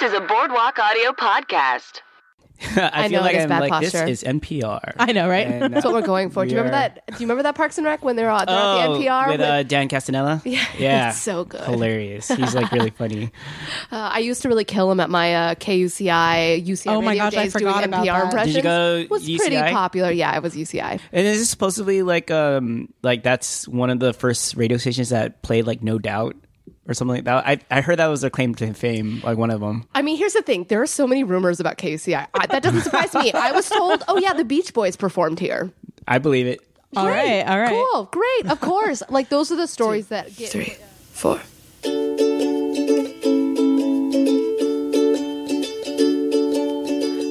to the Boardwalk Audio Podcast. I, I feel know like it is I'm bad like posture. this is NPR. I know, right? And, uh, That's what we're going for. Do you remember we are- that? Do you remember that Parks and Rec when they're, all, they're Oh, at the NPR? with with- uh, Dan Castanella. Yeah, it's so good. hilarious. He's like really funny. uh, I used to really kill him at my uh, KUCI, UCI Oh my radio gosh, I days forgot doing NPR about that. impressions. Did you go was pretty UCI? popular. Yeah, I was UCI. And this is supposedly like um like that's one of the first radio stations that played like No Doubt or something like that. I I heard that was their claim to fame, like one of them. I mean, here's the thing. There are so many rumors about KUCI. I, that doesn't surprise me. I was told, oh, yeah, the Beach Boys performed here. I believe it. All right, all right. Cool. Great. Of course. Like, those are the stories that get. three, four.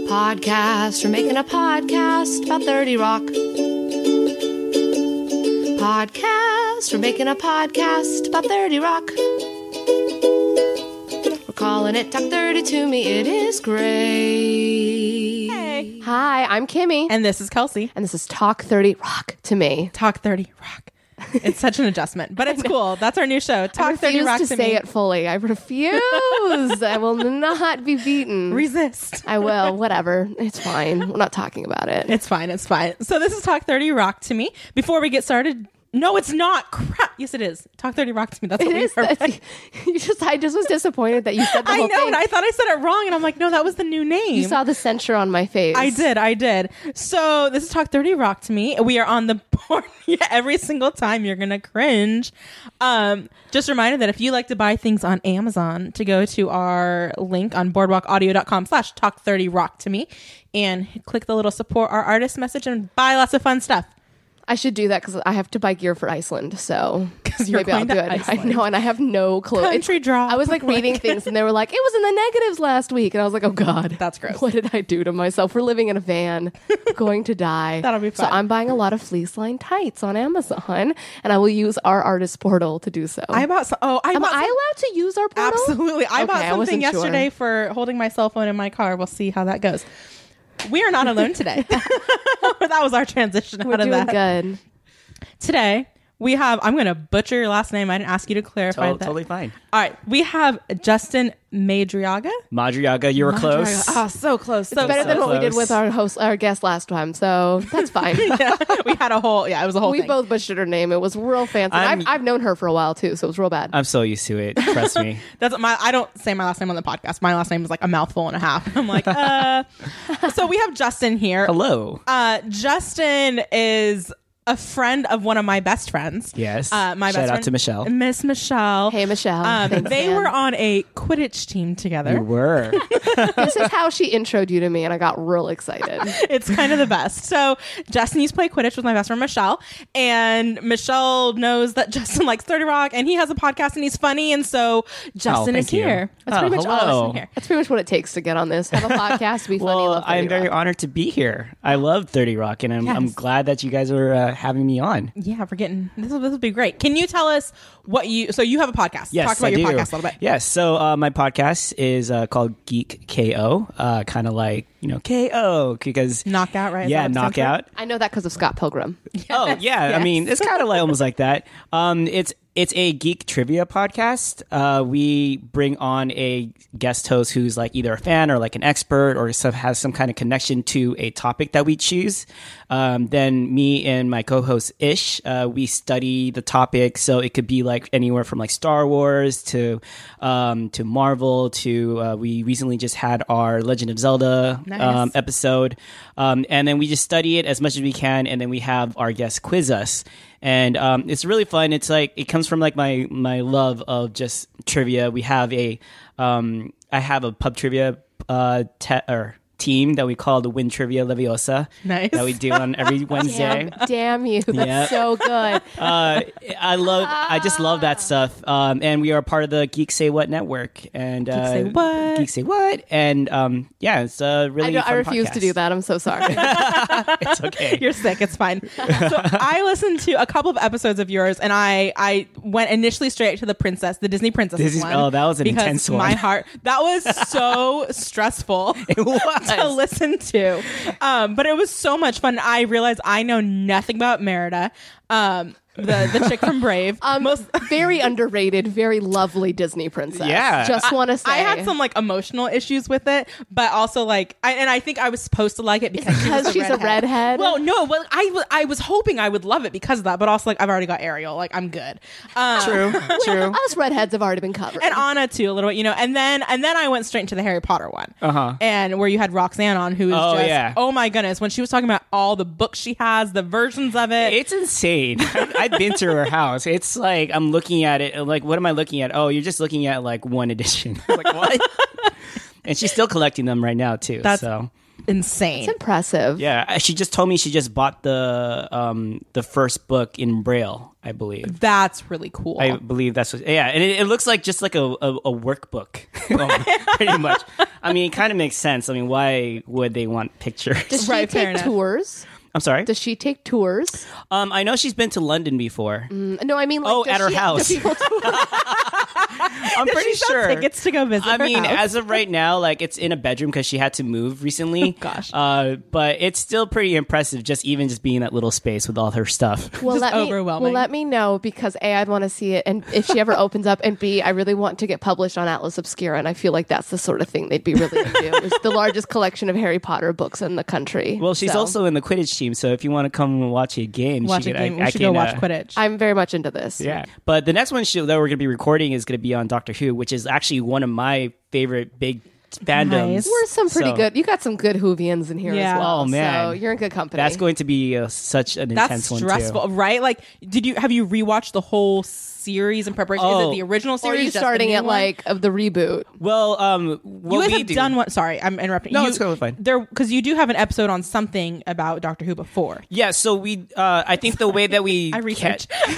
Podcast. We're making a podcast about 30 Rock. Podcast. We're making a podcast about 30 Rock. We're calling it Talk 30 to Me. It is great. Hi, I'm Kimmy. And this is Kelsey. and this is Talk 30 Rock to me. Talk 30 Rock. It's such an adjustment, but it's cool. That's our new show. I Talk 30 refuse Rock to, to, say me. it fully. I refuse. I will not be beaten. Resist. I will. Whatever. It's fine. We're not talking about it. It's fine. It's fine. So this is Talk 30 Rock to me. Before we get started, no, it's not. Crap. Yes, it is. Talk 30 Rock to me. That's It what is. we are. That's- you just. I just was disappointed that you said the I whole know, thing. and I thought I said it wrong, and I'm like, no, that was the new name. you saw the censure on my face. I did, I did. So this is Talk 30 Rock to me. We are on the board Yeah, every single time you're gonna cringe. Um, just a reminder that if you like to buy things on Amazon, to go to our link on boardwalkaudio.com slash talk 30 rock to me and click the little support our artist message and buy lots of fun stuff. I should do that because I have to buy gear for Iceland. So you're maybe I'll going do to it. I Iceland. know, and I have no clue. Country drop. I was like reading things, and they were like, "It was in the negatives last week," and I was like, "Oh God, That's gross. What did I do to myself? We're living in a van, going to die. That'll be So fun. I'm buying a lot of fleece lined tights on Amazon, and I will use our artist portal to do so. I bought some oh I Am bought I some- allowed to use our portal? Absolutely. I Okay, bought something wasn't sure. yesterday for holding my cell phone in my car. We'll see how that goes. We are not alone today. that was our transition We're out of doing that. good. Today we have. I'm going to butcher your last name. I didn't ask you to clarify Oh, that. totally fine. All right, we have Justin Madriaga. Madriaga, you were close. ah. Oh, so close. So Better than so what we did close. with our host, our guest last time. So that's fine. we had a whole. Yeah, it was a whole. we thing. both butchered her name. It was real fancy. I'm- Uh, I've, I've known her for a while too, so it was real bad. I'm so used to it. Trust me. That's my. I don't say my last name on the podcast. My last name is like a mouthful and a half. I'm like, uh. so we have Justin here. Hello. Ah. Uh, Justin is a friend of one of my best friends. Yes. Uh, my Shout best out friend, to Michelle. Miss Michelle. hey, Michelle. Um, Thanks, they man. were on a Quidditch team together. You were. this is how she introed you to me, and I got real excited. it's kind of the best. So Justin used to play Quidditch with my best friend Michelle, and Michelle knows that Justin likes Thirty Rock, and he has a podcast, and he's funny, and so Justin Oh, is thank you. here. That's Oh, pretty much all hello. Justin here. That's pretty much what it takes to get on this. Have a podcast, be funny. well, love I'm 30 very Rock. honored to be here. I love 30 Rock, and I'm, I'm Yes. glad that you guys are uh, having me on. Yeah, we're getting this. Will, this will be great. Can you tell us what you? So you have a podcast. Yes, Talk about I your do. podcast a little bit. Yes, so uh, my podcast is uh, called Geek KO, uh, kind of like you know KO because Knockout, right? Is Yeah, that what it stands for? knockout. I know that because of Scott Pilgrim. Oh yeah, I yes. mean it's kind of like almost like that. Um, it's it's a geek trivia podcast. Uh, we bring on a guest host who's like either a fan or like an expert or some, has some kind of connection to a topic that we choose. Um, then me and my co-host Ish, uh, we study the topic, so it could be like anywhere from like Star Wars to um, to Marvel to uh, we recently just had our Legend of Zelda um, episode, um, and then we just study it as much as we can, and then we have our guests quiz us, and um, it's really fun. It's like it comes from like my my love of just trivia. We have a um, I have a pub trivia uh, te- or team that we call the Win Trivia Leviosa. Nice. That we do on every Wednesday Damn, damn you. That's Yep. so good. uh, I love, I just love Ah. that stuff. Um, and we are part of the Geek Say What network. And uh, Say What. Geek Say What, and um, yeah, it's a I, really. don't- I fun refuse to podcast. do that. I'm so sorry. It's okay. You're sick. It's fine. so I listened to a couple of episodes of yours, and I I went initially straight to the princess, the Disney princess Disney- one. oh, that was an because intense one. My heart that was so stressful to listen to, um, but it was so much fun. I realized I know nothing about Merida. Um, the the chick from Brave. Um, Most- very underrated, very lovely Disney princess. Yeah. just want to say I had some like emotional issues with it, but also like, I, and I think I was supposed to like it because she was because she's a redhead. Well, no, well, I wa- I was hoping I would love it because of that, but also like I've already got Ariel, like I'm good. Um, True, true. us redheads have already been covered. And Anna too, a little bit, you know. And then and then I went straight into the Harry Potter one, Uh-huh. and where you had Roxanne on, who is Oh, just yeah. oh my goodness, when she was talking about all the books she has, the versions of it. It's insane. I've been to her house. It's like I'm looking at it. Like, what am I looking at? Oh, you're just looking at like one edition. I was like what? and she's still collecting them right now too. That's- so insane. it's impressive. yeah, she just told me she just bought the um the first book in braille. I believe. That's really cool. I believe that's what. Yeah, and it, it looks like just like a a, a workbook, um, pretty much. I mean, it kind of makes sense. I mean, why would they want pictures? Does she Right, fair take enough. tours? I'm sorry. Does she take tours? Um, I know she's been to London before. Mm, No, I mean, like, Oh, does at her she- do house. people tour? I'm pretty She sells sure tickets to go visit. I her mean, house. as of right now, like it's in a bedroom because she had to move recently. Gosh. uh, but it's still pretty impressive. Just even just being in that little space with all her stuff. well, Just let me, overwhelming. Well, let me know because A, I want to see it. And if she ever opens up, and B, I really want to get published on Atlas Obscura. And I feel like that's the sort of thing they'd be really into. It's the largest collection of Harry Potter books in the country. Well, she's So, also in the Quidditch team, so if you want to come and watch a game, watch she a could- I- game. I we should go can, watch uh, Quidditch. I'm very much into this. Yeah, but the next one show that we're going to be recording is going to be on Doctor Who, which is actually one of my favorite big fandoms. Nice. We're some pretty So good. You got some good Hoovians in here Yeah. as well. Oh, man. So you're in good company. That's going to be uh, such an That's intense stressful, one too. right? Like, did you have you rewatched the whole series in preparation? Is Oh. it the Or original are series? you just the starting new at one? like of the reboot? Well, um, what you guys we have do- done one? Sorry, I'm interrupting. No, you, it's totally fine. There, because you do have an episode on something about Doctor Who before. Yeah, so we uh, I think the way that we I research. catch-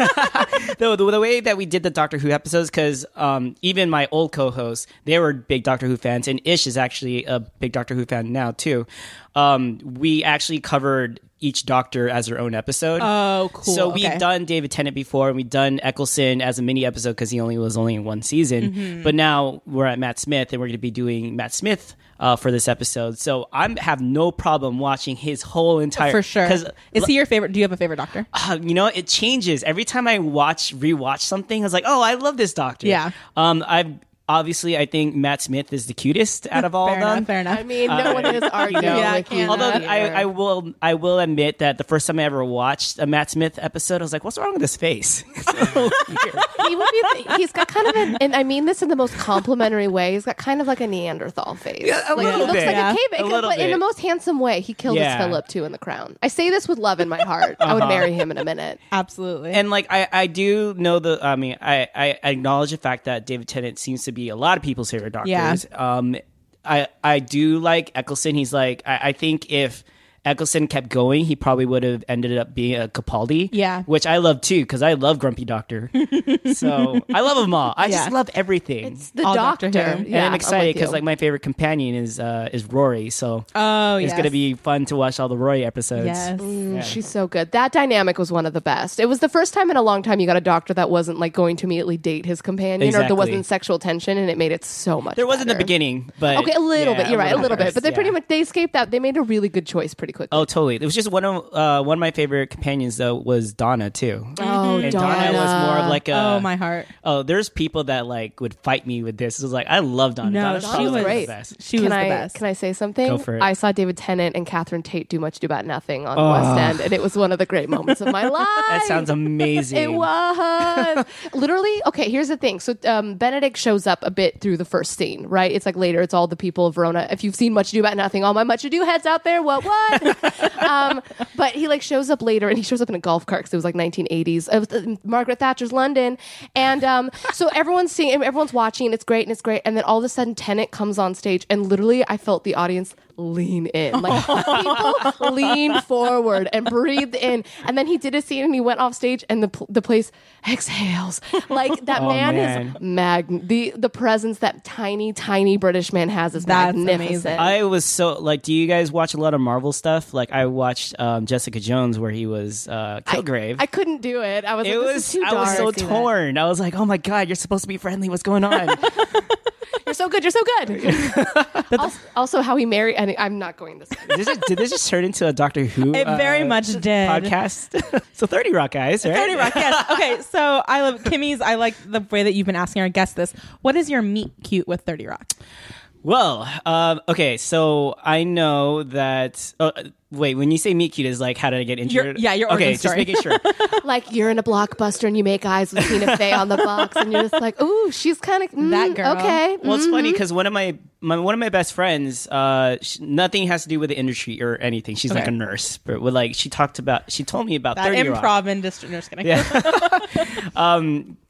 the, the the way that we did the Doctor Who episodes because um, even my old co-hosts they were big Doctor Who fans and Ish is actually a big Doctor Who fan now too. Um, we actually covered each Doctor as their own episode. Oh, cool. So we Okay. have done David Tennant before, and we have done Eccleston as a mini episode because he only was only in one season. Mm-hmm. But now we're at Matt Smith, and we're going to be doing Matt Smith uh, for this episode. So I have no problem watching his whole entire for sure. because Is he your favorite? Do you have a favorite Doctor? uh, you know it changes every time I watch rewatch something. I was like, oh, I love this Doctor. Yeah. Um, I've obviously I think Matt Smith is the cutest out of all fair of them. enough. Fair enough. I mean, Uh, no one is arguing Yeah, with I you. can't. Although here. I, I will I will admit that the first time I ever watched a Matt Smith episode, I was like, "What's wrong with his face?" he would be, he's got kind of an, and I mean this in the most complimentary way. He's got kind of like a Neanderthal face. Yeah, a like he little looks bit. like Yeah. a A caveman, little but in bit. the most handsome way. He killed Yeah. Uh-huh. his Philip too in the crown. I say this with love in my heart. I would marry him in a minute. Absolutely. and like I, I do know the I mean I, I acknowledge the fact that David Tennant seems to be a lot of people's favorite doctors. Yeah. Um I I do like Eccleston. He's like I, I think if Eccleston kept going, he probably would have ended up being a Capaldi. Yeah. Which I love too, because I love Grumpy Doctor. so I love them all. I just Yeah. love everything. The All Doctor doctor. Who. Yeah, And and I'm excited with you. because like my favorite companion is uh is Rory. So oh, it's yes. gonna be fun to watch all the Rory episodes. yes. Mm, She's so good. That dynamic was one of the best. It was the first time in a long time you got a doctor that wasn't like going to immediately date his companion or Exactly. there wasn't sexual tension and it made it so much There was in the better. beginning, but Okay, a little yeah, bit. You're right, a little bit. first, But they pretty yeah. much they escaped that. They made a really good choice pretty quickly. Oh, totally. It was just one of uh, one of my favorite companions though was Donna too. Oh, and Donna. was more of like a oh my heart. Oh, there's people that like would fight me with this. It was like I love Donna. No, Donna she probably was. the great. best. She was can I, the best. Can I say something? Go for it. I saw David Tennant and Catherine Tate do much, do about nothing on the Ah. West End, and it was one of the great moments of my life. That sounds amazing. It was literally okay. Here's the thing. So um, Benedict shows up a bit through the first scene, right? It's like later. It's all the people of Verona. If you've seen Much Ado About Nothing, all my Much Ado heads out there, what what? um, but he like shows up later, and he shows up in a golf cart because it was like 1980s. It was, uh, Margaret Thatcher's London, and um, so everyone's seeing, everyone's watching, and it's great, and it's great, and then all of a sudden Tennant comes on stage, and literally I felt the audience lean in. Like people leaned forward and breathed in. And then he did a scene and he went off stage and the, pl- the place exhales. Like that Oh, man, man. is mag the the presence that tiny tiny British man has is That's magnificent. amazing. I was so like. Do you guys watch a lot of Marvel stuff? Like I watched um, Jessica Jones where he was uh, Kilgrave. I couldn't do it. I was it like, this was. is too I was dark. so torn. I was like, oh my god, you're supposed to be friendly. What's going on? You're so good. You're so good. also, also how he married. And I'm not going this. way. Did this, did this just turn into a Doctor Who It very uh, much did. podcast? so 30 Rock guys, right? 30 Rock, yes. Okay, so I love Kimmy's. I like the way that you've been asking our guest this. What is your meet cute with 30 Rock? Well, um, okay, so I know that. Uh, wait, when you say meet cute, is like how did I get injured? yeah, your okay. origin Just story. making sure. Like you're in a blockbuster and you make eyes with Tina Fey on the box, and you're just like, ooh, she's kind of That girl. Okay. Well, it's Mm-hmm. funny because one of my, my one of my best friends, uh, sh nothing has to do with the industry or anything. She's like a nurse, but with, like she talked about, she told me about That 30 Rock. improv industry. No, just kidding.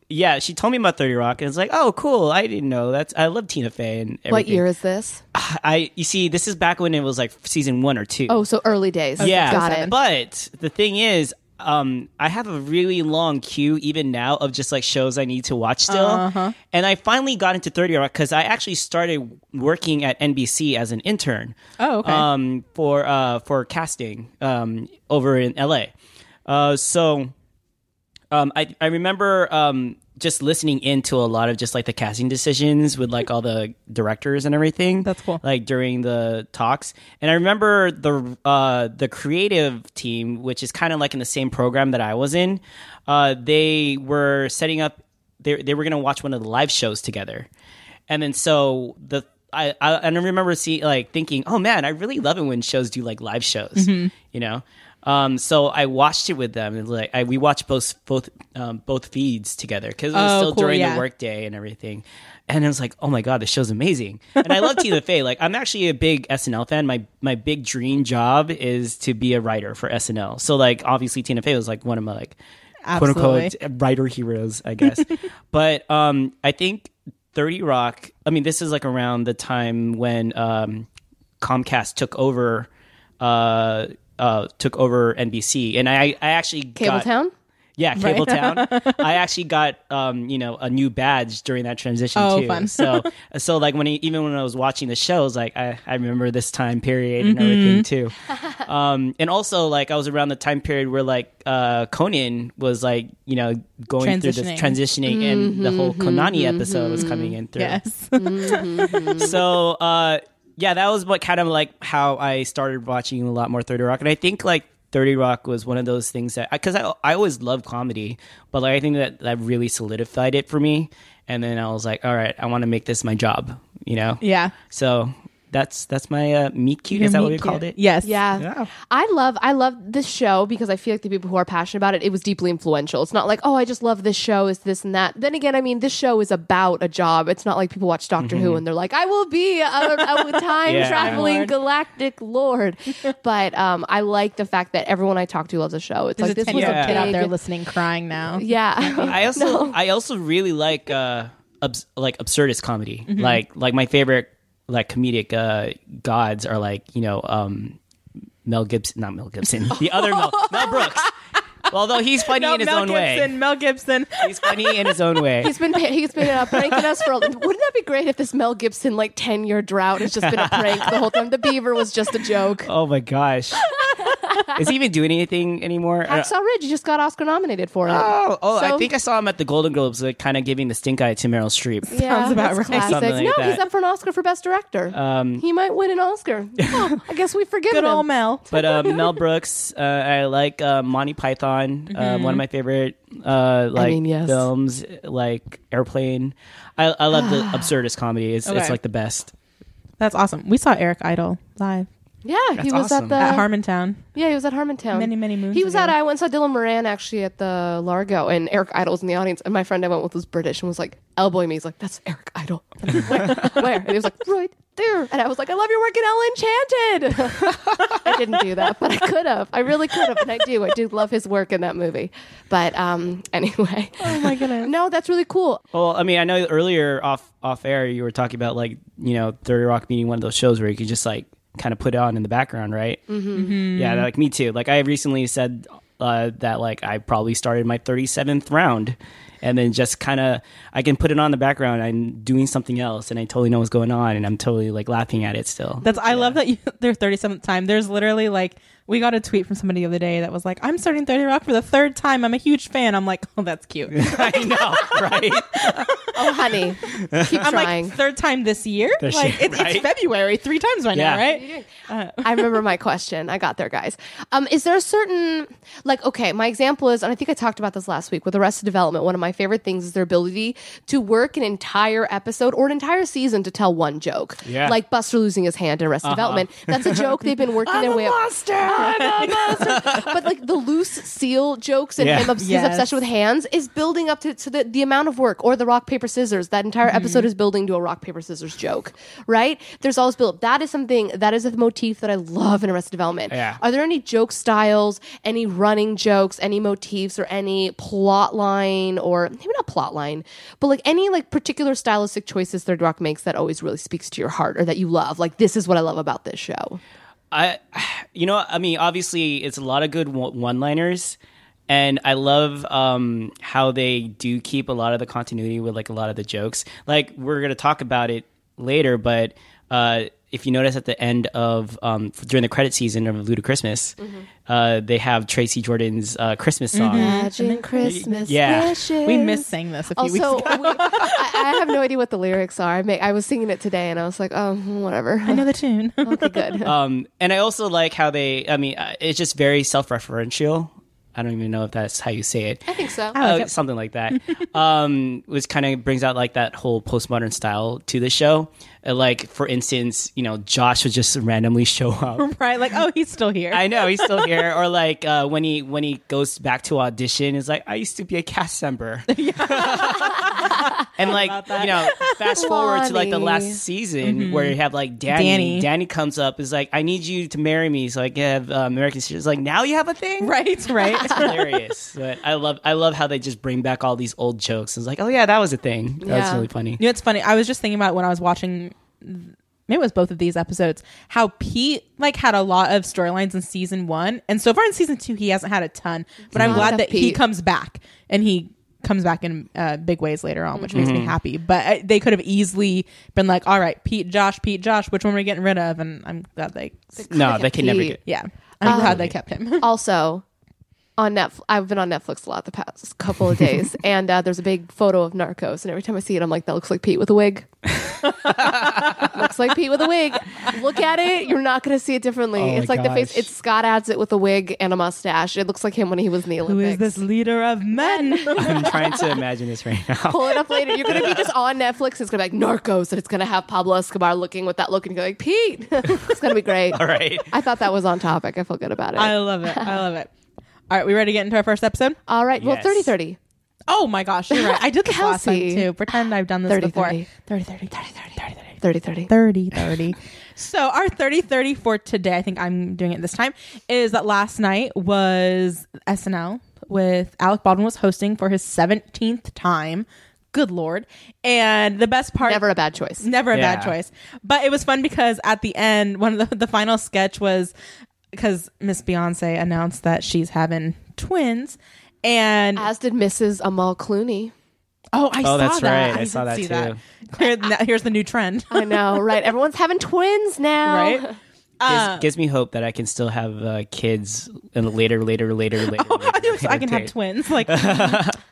Yeah, she told me about 30 Rock, and it's like, oh, cool. I didn't know that's. I love Tina Fey and everything. What year is this? I you see, this is back when it was like season one or two. Oh, so early days. yeah, Got it. But the thing is. Um, I have a really long queue even now of just like shows I need to watch still, Uh-huh. and I finally got into Thirty Rock because I actually started working at NBC as an intern. Oh, okay. Um, for uh for casting um over in LA, uh so um, I, I remember um, just listening into a lot of just like the casting decisions with like all the directors and everything. That's cool. Like during the talks, and I remember the uh, the creative team, which is kind of like in the same program that I was in. Uh, they were setting up. They they were gonna watch one of the live shows together, and then so the. I, I and I remember see like thinking, oh man, I really love it when shows do like live shows, Mm-hmm. you know. Um, so I watched it with them, and like I, we watched both both um, both feeds together because it was Oh, still cool, during yeah. the workday and everything. And I was like, oh my god, this show's amazing. And I love Tina Fey. Like I'm actually a big SNL fan. My my big dream job is to be a writer for SNL. So like obviously Tina Fey was like one of my like quote Absolutely. unquote writer heroes, I guess. but um, I think 30 Rock, I mean, this is like around the time when um, Comcast took over. Uh, uh, took over NBC, and I, I actually Cable got, Town. yeah, Cable Town. I actually got um, you know a new badge during that transition Oh, too. fun. so so like when I, even when I was watching the shows, like I, I remember this time period and Mm-hmm. everything too. Um, and also like I was around the time period where like uh, Conan was like you know going through this Transitioning. Mm-hmm. transitioning and the whole Konani episode was coming in through Yes. so uh yeah that was what kind of like how i started watching a lot more 30 rock and i think like 30 rock was one of those things that because I, I always loved comedy but like i think that that really solidified it for me and then i was like all right i want to make this my job you know Yeah. so that's that's my uh meet cute is that what we called it Yes. Yeah. I love I love this show because I feel like the people who are passionate about it, it was deeply influential. It's not like, oh, I just love this show, it's this and that. Then again, I mean, this show is about a job. It's not like people watch Doctor Who and they're like, I will be a, a time Yeah. traveling Lord. galactic lord. but um, I like the fact that everyone I talk to loves the show. It's There's like a this 10 was year a old Yeah. big, kid out there listening, crying now. Yeah. I also I also really like uh abs- like absurdist comedy. Mm-hmm. Like like my favorite like comedic uh gods are like, you know, um Mel Gibson, not Mel Gibson. The other Mel, Mel Brooks. Although he's funny No, in his Mel own Gibson. way. Mel Gibson. He's funny in his own way. He's been he's been uh, pranking us for. Wouldn't that be great if this Mel Gibson like ten year drought has just been a prank the whole time? The Beaver was just a joke. oh my gosh. Is he even doing anything anymore? I don't- Hacksaw Ridge just got Oscar nominated for it. Oh, oh I So- think I saw him at the Golden Globes, like kind of giving the stink eye to Meryl Streep. Sounds about that's right. classic. Something like no, that. Um, he's up for an Oscar for Best Director. he might win an Oscar. Oh, I guess we forgive Good him. old Mel. But uh, Mel Brooks, uh, I like uh, Monty Python, uh, one of my favorite uh, like Mm-hmm. mean, yes. films, like Airplane. I, I love the absurdist comedy. It's, Okay. it's like the best. That's awesome. We saw Eric Idle live Yeah, he That's was awesome. at the. at Harmontown. yeah, he was at Harmontown. Many, many moons He was ago. at. I went and saw Dylan Moran actually at the Largo, and Eric Idle was in the audience. And my friend I went with was British and was like elbowing me. He's like, "That's Eric Idle." I'm like, Where? Where? And he was like, "Right there." And I was like, "I love your work in El Enchanted." I didn't do that, but I could have. I really could have, and I do. I do love his work in that movie. But um, anyway, Oh my goodness. no, that's really cool. Well, I mean, I know earlier off off air you were talking about like you know Thirty Rock being one of those shows where you could just like kind of put it on in the background, right? Mm-hmm. Yeah, like me too. Like I recently said uh, that like I probably started my thirty seventh round, and then just kind of I can put it on the background. I'm doing something else, and I totally know what's going on, and I'm totally like laughing at it still. That's I love that you their thirty seventh time. There's literally like we got a tweet from somebody the other day that was like, "I'm starting Thirty Rock for the third time. I'm a huge fan." I'm like, "Oh, that's cute." I know, right? Oh, honey, keep I'm trying. like third time this year. This like year, it's, right? it's February, three times right Yeah. now, right? I remember my question. I got there, guys. Um, is there a certain like okay? My example is, and I think I talked about this last week with Arrested Development. One of my favorite things is their ability to work an entire episode or an entire season to tell one joke. Yeah. like Buster losing his hand in Arrested Development. That's a joke they've been working their way up. but like the loose seal jokes and Yeah. him obs- his Yes. obsession with hands is building up to, to the, the amount of work or the rock paper scissors that entire episode is building to a rock paper scissors joke right there's always built that is something that is a motif that i love in arrested development Yeah. are there any joke styles any running jokes any motifs or any plot line or maybe not plot line but like any like particular stylistic choices third rock makes that always really speaks to your heart or that you love like this is what i love about this show I, you know, I mean, obviously, it's a lot of good one liners. And I love um, how they do keep a lot of the continuity with like a lot of the jokes. Like we're gonna talk about it later, but uh, if you notice at the end of um, during the credit season of Luda Christmas, uh, they have Tracy Jordan's uh, Christmas song. Imagine Christmas Yeah. wishes. We missed saying this a few weeks Also, ago. we, I, I have no idea what the lyrics are. I, make, I was singing it today, and I was like, oh, whatever. I know the tune. Okay, good. Oh. Um, and I also like how they. I mean, uh, it's just very self-referential. I don't even know if that's how you say it. I think so. Oh. Uh, something like that. um, which kind of brings out like that whole postmodern style to the show. Uh, like for instance, you know, Josh would just randomly show up. right? Like, oh, he's still here. I know he's still here, or like uh, when he when he goes back to audition, is like I used to be a cast member, and like you know, fast forward to like the Lonnie. last season where you have like Danny, Danny. Mm-hmm. Danny, comes up is like I need you to marry me, so I can have uh, American. She's like now you have a thing, right, right. it's hilarious. But I love I love how they just bring back all these old jokes. It's like, oh yeah, that was a thing. That was Yeah. really funny. You know, it's funny. I was just thinking about when I was watching. Maybe it was both of these episodes. How Pete like had a lot of storylines in season one, and so far in season two he hasn't had a ton. But I'm Not glad enough that he Pete. comes back, and he comes back in uh, big ways later on, which makes me happy. But uh, they could have easily been like, "All right, Pete, Josh, Pete, Josh, which one are we getting rid of?" And I'm glad they, No, they can never Pete. get yeah, I'm glad they kept him. also, on Netflix, I've been on Netflix a lot the past couple of days, and uh, there's a big photo of Narcos, and every time I see it, I'm like, that looks like Pete with a wig. looks like Pete with a wig. Look at it; you're not going to see it differently. Oh my it's like the face. gosh. It's Scott adds it with a wig and a mustache. It looks like him when he was in the Who Olympics. is this leader of men? I'm trying to imagine this right now. pull it up later. You're gonna be just on Netflix. It's gonna be like Narcos, and it's gonna have Pablo Escobar looking with that look, and you're like Pete. it's gonna be great. All right. I thought that was on topic. I feel good about it. I love it. I love it. All right, we ready to get into our first episode? All right. Well, Yes. 30 30. Oh my gosh, you're right. I did this last time Kelsey. too. Pretend I've done this 30, before. 30. 30 30 30 30 30 30 30. 30 30. So our 30 30 for today, I think I'm doing it this time, is that last night was SNL with Alec Baldwin was hosting for his 17th time. Good lord. And the best part Never a bad choice. Never a bad Yeah. choice. But it was fun because at the end, one of the, the final sketch was because Miss Beyonce announced that she's having twins. And As did Mrs. Amal Clooney. oh, I saw that's that. right. I saw did that see too. Oh. Here- now- here's the new trend, I know, right? Everyone's having twins now. right? Uh. gives, gives me hope that I can still have uh, kids and later, later, later, later. Oh, later, so I can have later. twins. Like,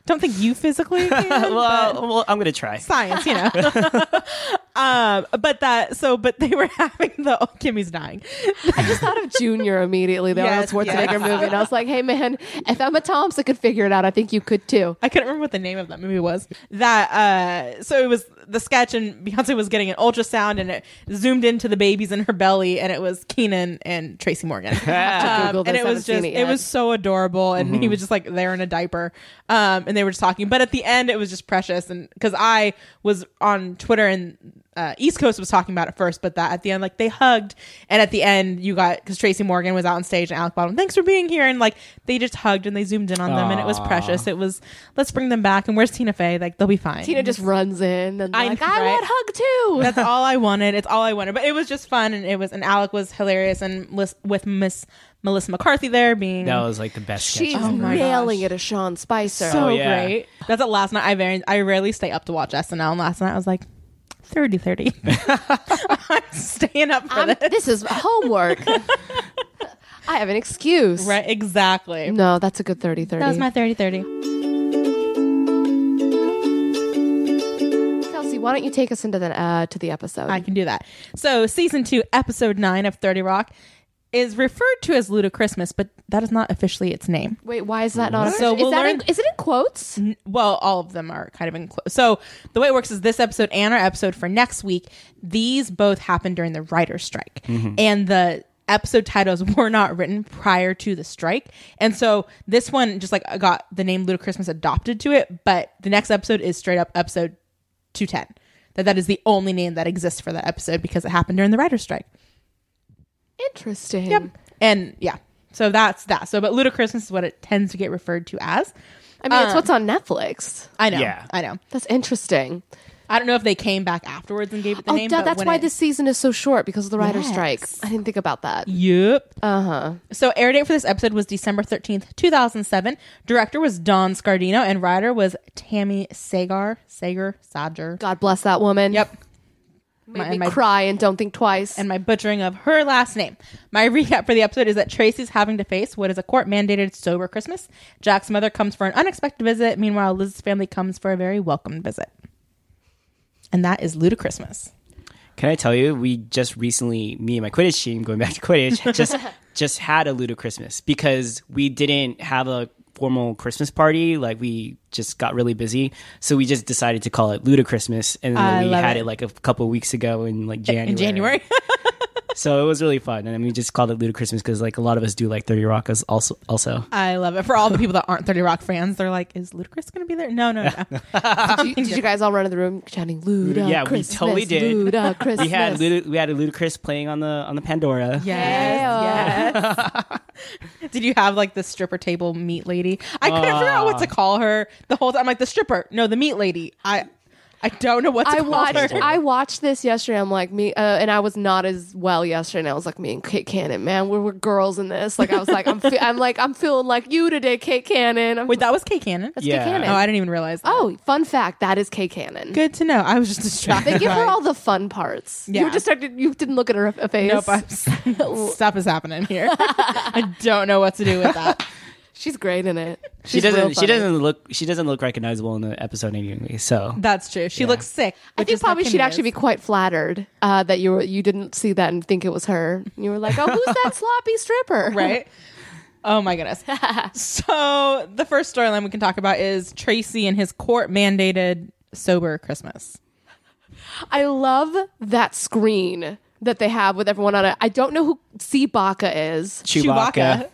don't think you physically can. Well, but- well, I'm gonna try. science, you know. um, but that so, but they were having the oh, Kimmy's dying. I just thought of Junior immediately, the Yes, Arnold Schwarzenegger movie. And I was like, hey, man, if Emma Thompson could figure it out, I think you could too. I couldn't remember what the name of that movie was. That uh so it was the sketch and Beyonce was getting an ultrasound and it zoomed into the babies in her belly and it was Keenan and Tracy Morgan. Google Um, E this. and it I was haven't just seen it, it yet. was so adorable and he was just like there in a diaper. Um and they were just talking. But at the end it was just precious and cuz I was on Twitter and uh, East Coast was talking about it first, but that at the end, like they hugged, and at the end, you got because Tracy Morgan was out on stage and Alec Baldwin, thanks for being here, and like they just hugged and they zoomed in on them, and it was precious. It was let's bring them back, and where's Tina Fey? Like they'll be fine. Tina just runs in and I like, know, I right? want hug too. That's all I wanted. It's all I wanted. But it was just fun, and it was and Alec was hilarious, and lis- with Miss Melissa McCarthy there being That was like the best sketch. She's ever. Oh my nailing gosh. it as Sean Spicer. so Oh, yeah. great. That's at last night. I very I rarely stay up to watch SNL. And last night I was like 30 30. I'm staying up for I'm- this. this is homework. I have an excuse. Right, exactly. No, that's a good 30 30. That was my 30 30. Kelsey, why don't you take us into the uh, to the episode? I can do that. So, season two, episode nine of 30 Rock is referred to as Luda Christmas, but that is not officially its name. Wait, why is that not? So is, we'll that learn- Mm-hmm. in, is it in quotes? N- Well, all of them are kind of enclosed. So, the way it works is this episode and our episode for next week, these both happened during the writer's strike. And the episode titles were not written prior to the strike. And so, this one just like got the name Little Christmas adopted to it, but the next episode is straight up episode 210. That that is the only name that exists for that episode because it happened during the writer's strike. Interesting. Yep. And yeah. So that's that. So, but Luda Christmas is what it tends to get referred to as. I mean, it's Uh, what's on Netflix. I know. Yeah. I know. That's interesting. I don't know if they came back afterwards and gave it the oh, name. duh, but that's when why it- this season is so short because of the writer's Yes. strike. I didn't think about that. Yep. Uh huh. So air date for this episode was December thirteenth, two thousand seven. Director was Don Scardino and writer was Tammy Sagar. Sager. Sager. God bless that woman. Yep. Made My- me my- cry and don't think twice. and my butchering of her last name. My recap for the episode is that Tracy's having to face what is a court mandated sober Christmas. Jack's mother comes for an unexpected visit. Meanwhile, Liz's family comes for a very welcome visit. And that is Luda Christmas. Can I tell you, we just recently, me and my Quidditch team, going back to Quidditch, just just had a Ludo Christmas because we didn't have a formal Christmas party. Like we just got really busy, so we just decided to call it Ludo Christmas, and then I we love had it. it. like a couple weeks ago in like January. In January. so it was really fun, and then we just called it Ludo Christmas because like a lot of us do like Thirty Rock as also also. I love it. For all the people that aren't 30 Rock fans, they're like, is Ludacris going to be there? No, no, no. did, you, did you guys all run in the room chanting Luda? Yeah, we Christmas, totally did. Luda Christmas. We had Ludo, we had a Ludacris playing on the on the Pandora. Yeah. Yes. yes. Did you have like the stripper table meat lady? I couldn't figure out what to call her the whole time. I'm like, the stripper. No, the meat lady. I I don't know what to I call watched. her. I watched this yesterday. I'm like me, uh, and I was not as well yesterday. And I was like, me and Kate Cannon, man, we're, we're girls in this. Like I was like, I'm, fe- I'm like, I'm feeling like you today, Kate Cannon. I'm, Wait, that was Kay Cannon? that's Yeah. Kate Cannon. Oh, I didn't even realize. That. oh, fun fact, that is Kate Cannon. good to know. I was just They distracted. give her by- all the fun parts. Yeah. You just started. You didn't look at her a- face. Nope, I'm, stuff is happening here. I don't know what to do with that. She's great in it. She She's real doesn't. She funny. doesn't look. She doesn't look recognizable in the episode anyway. So That's true. She looks sick. I think probably she'd actually be quite flattered uh, that you were you didn't see that and think it was her. You were like, oh, who's that sloppy stripper? right. Oh my goodness. so the first storyline we can talk about is Tracy and his court mandated sober Christmas. I love that screen that they have with everyone on it. I don't know who C. Baca is. Chewbacca. Chewbacca.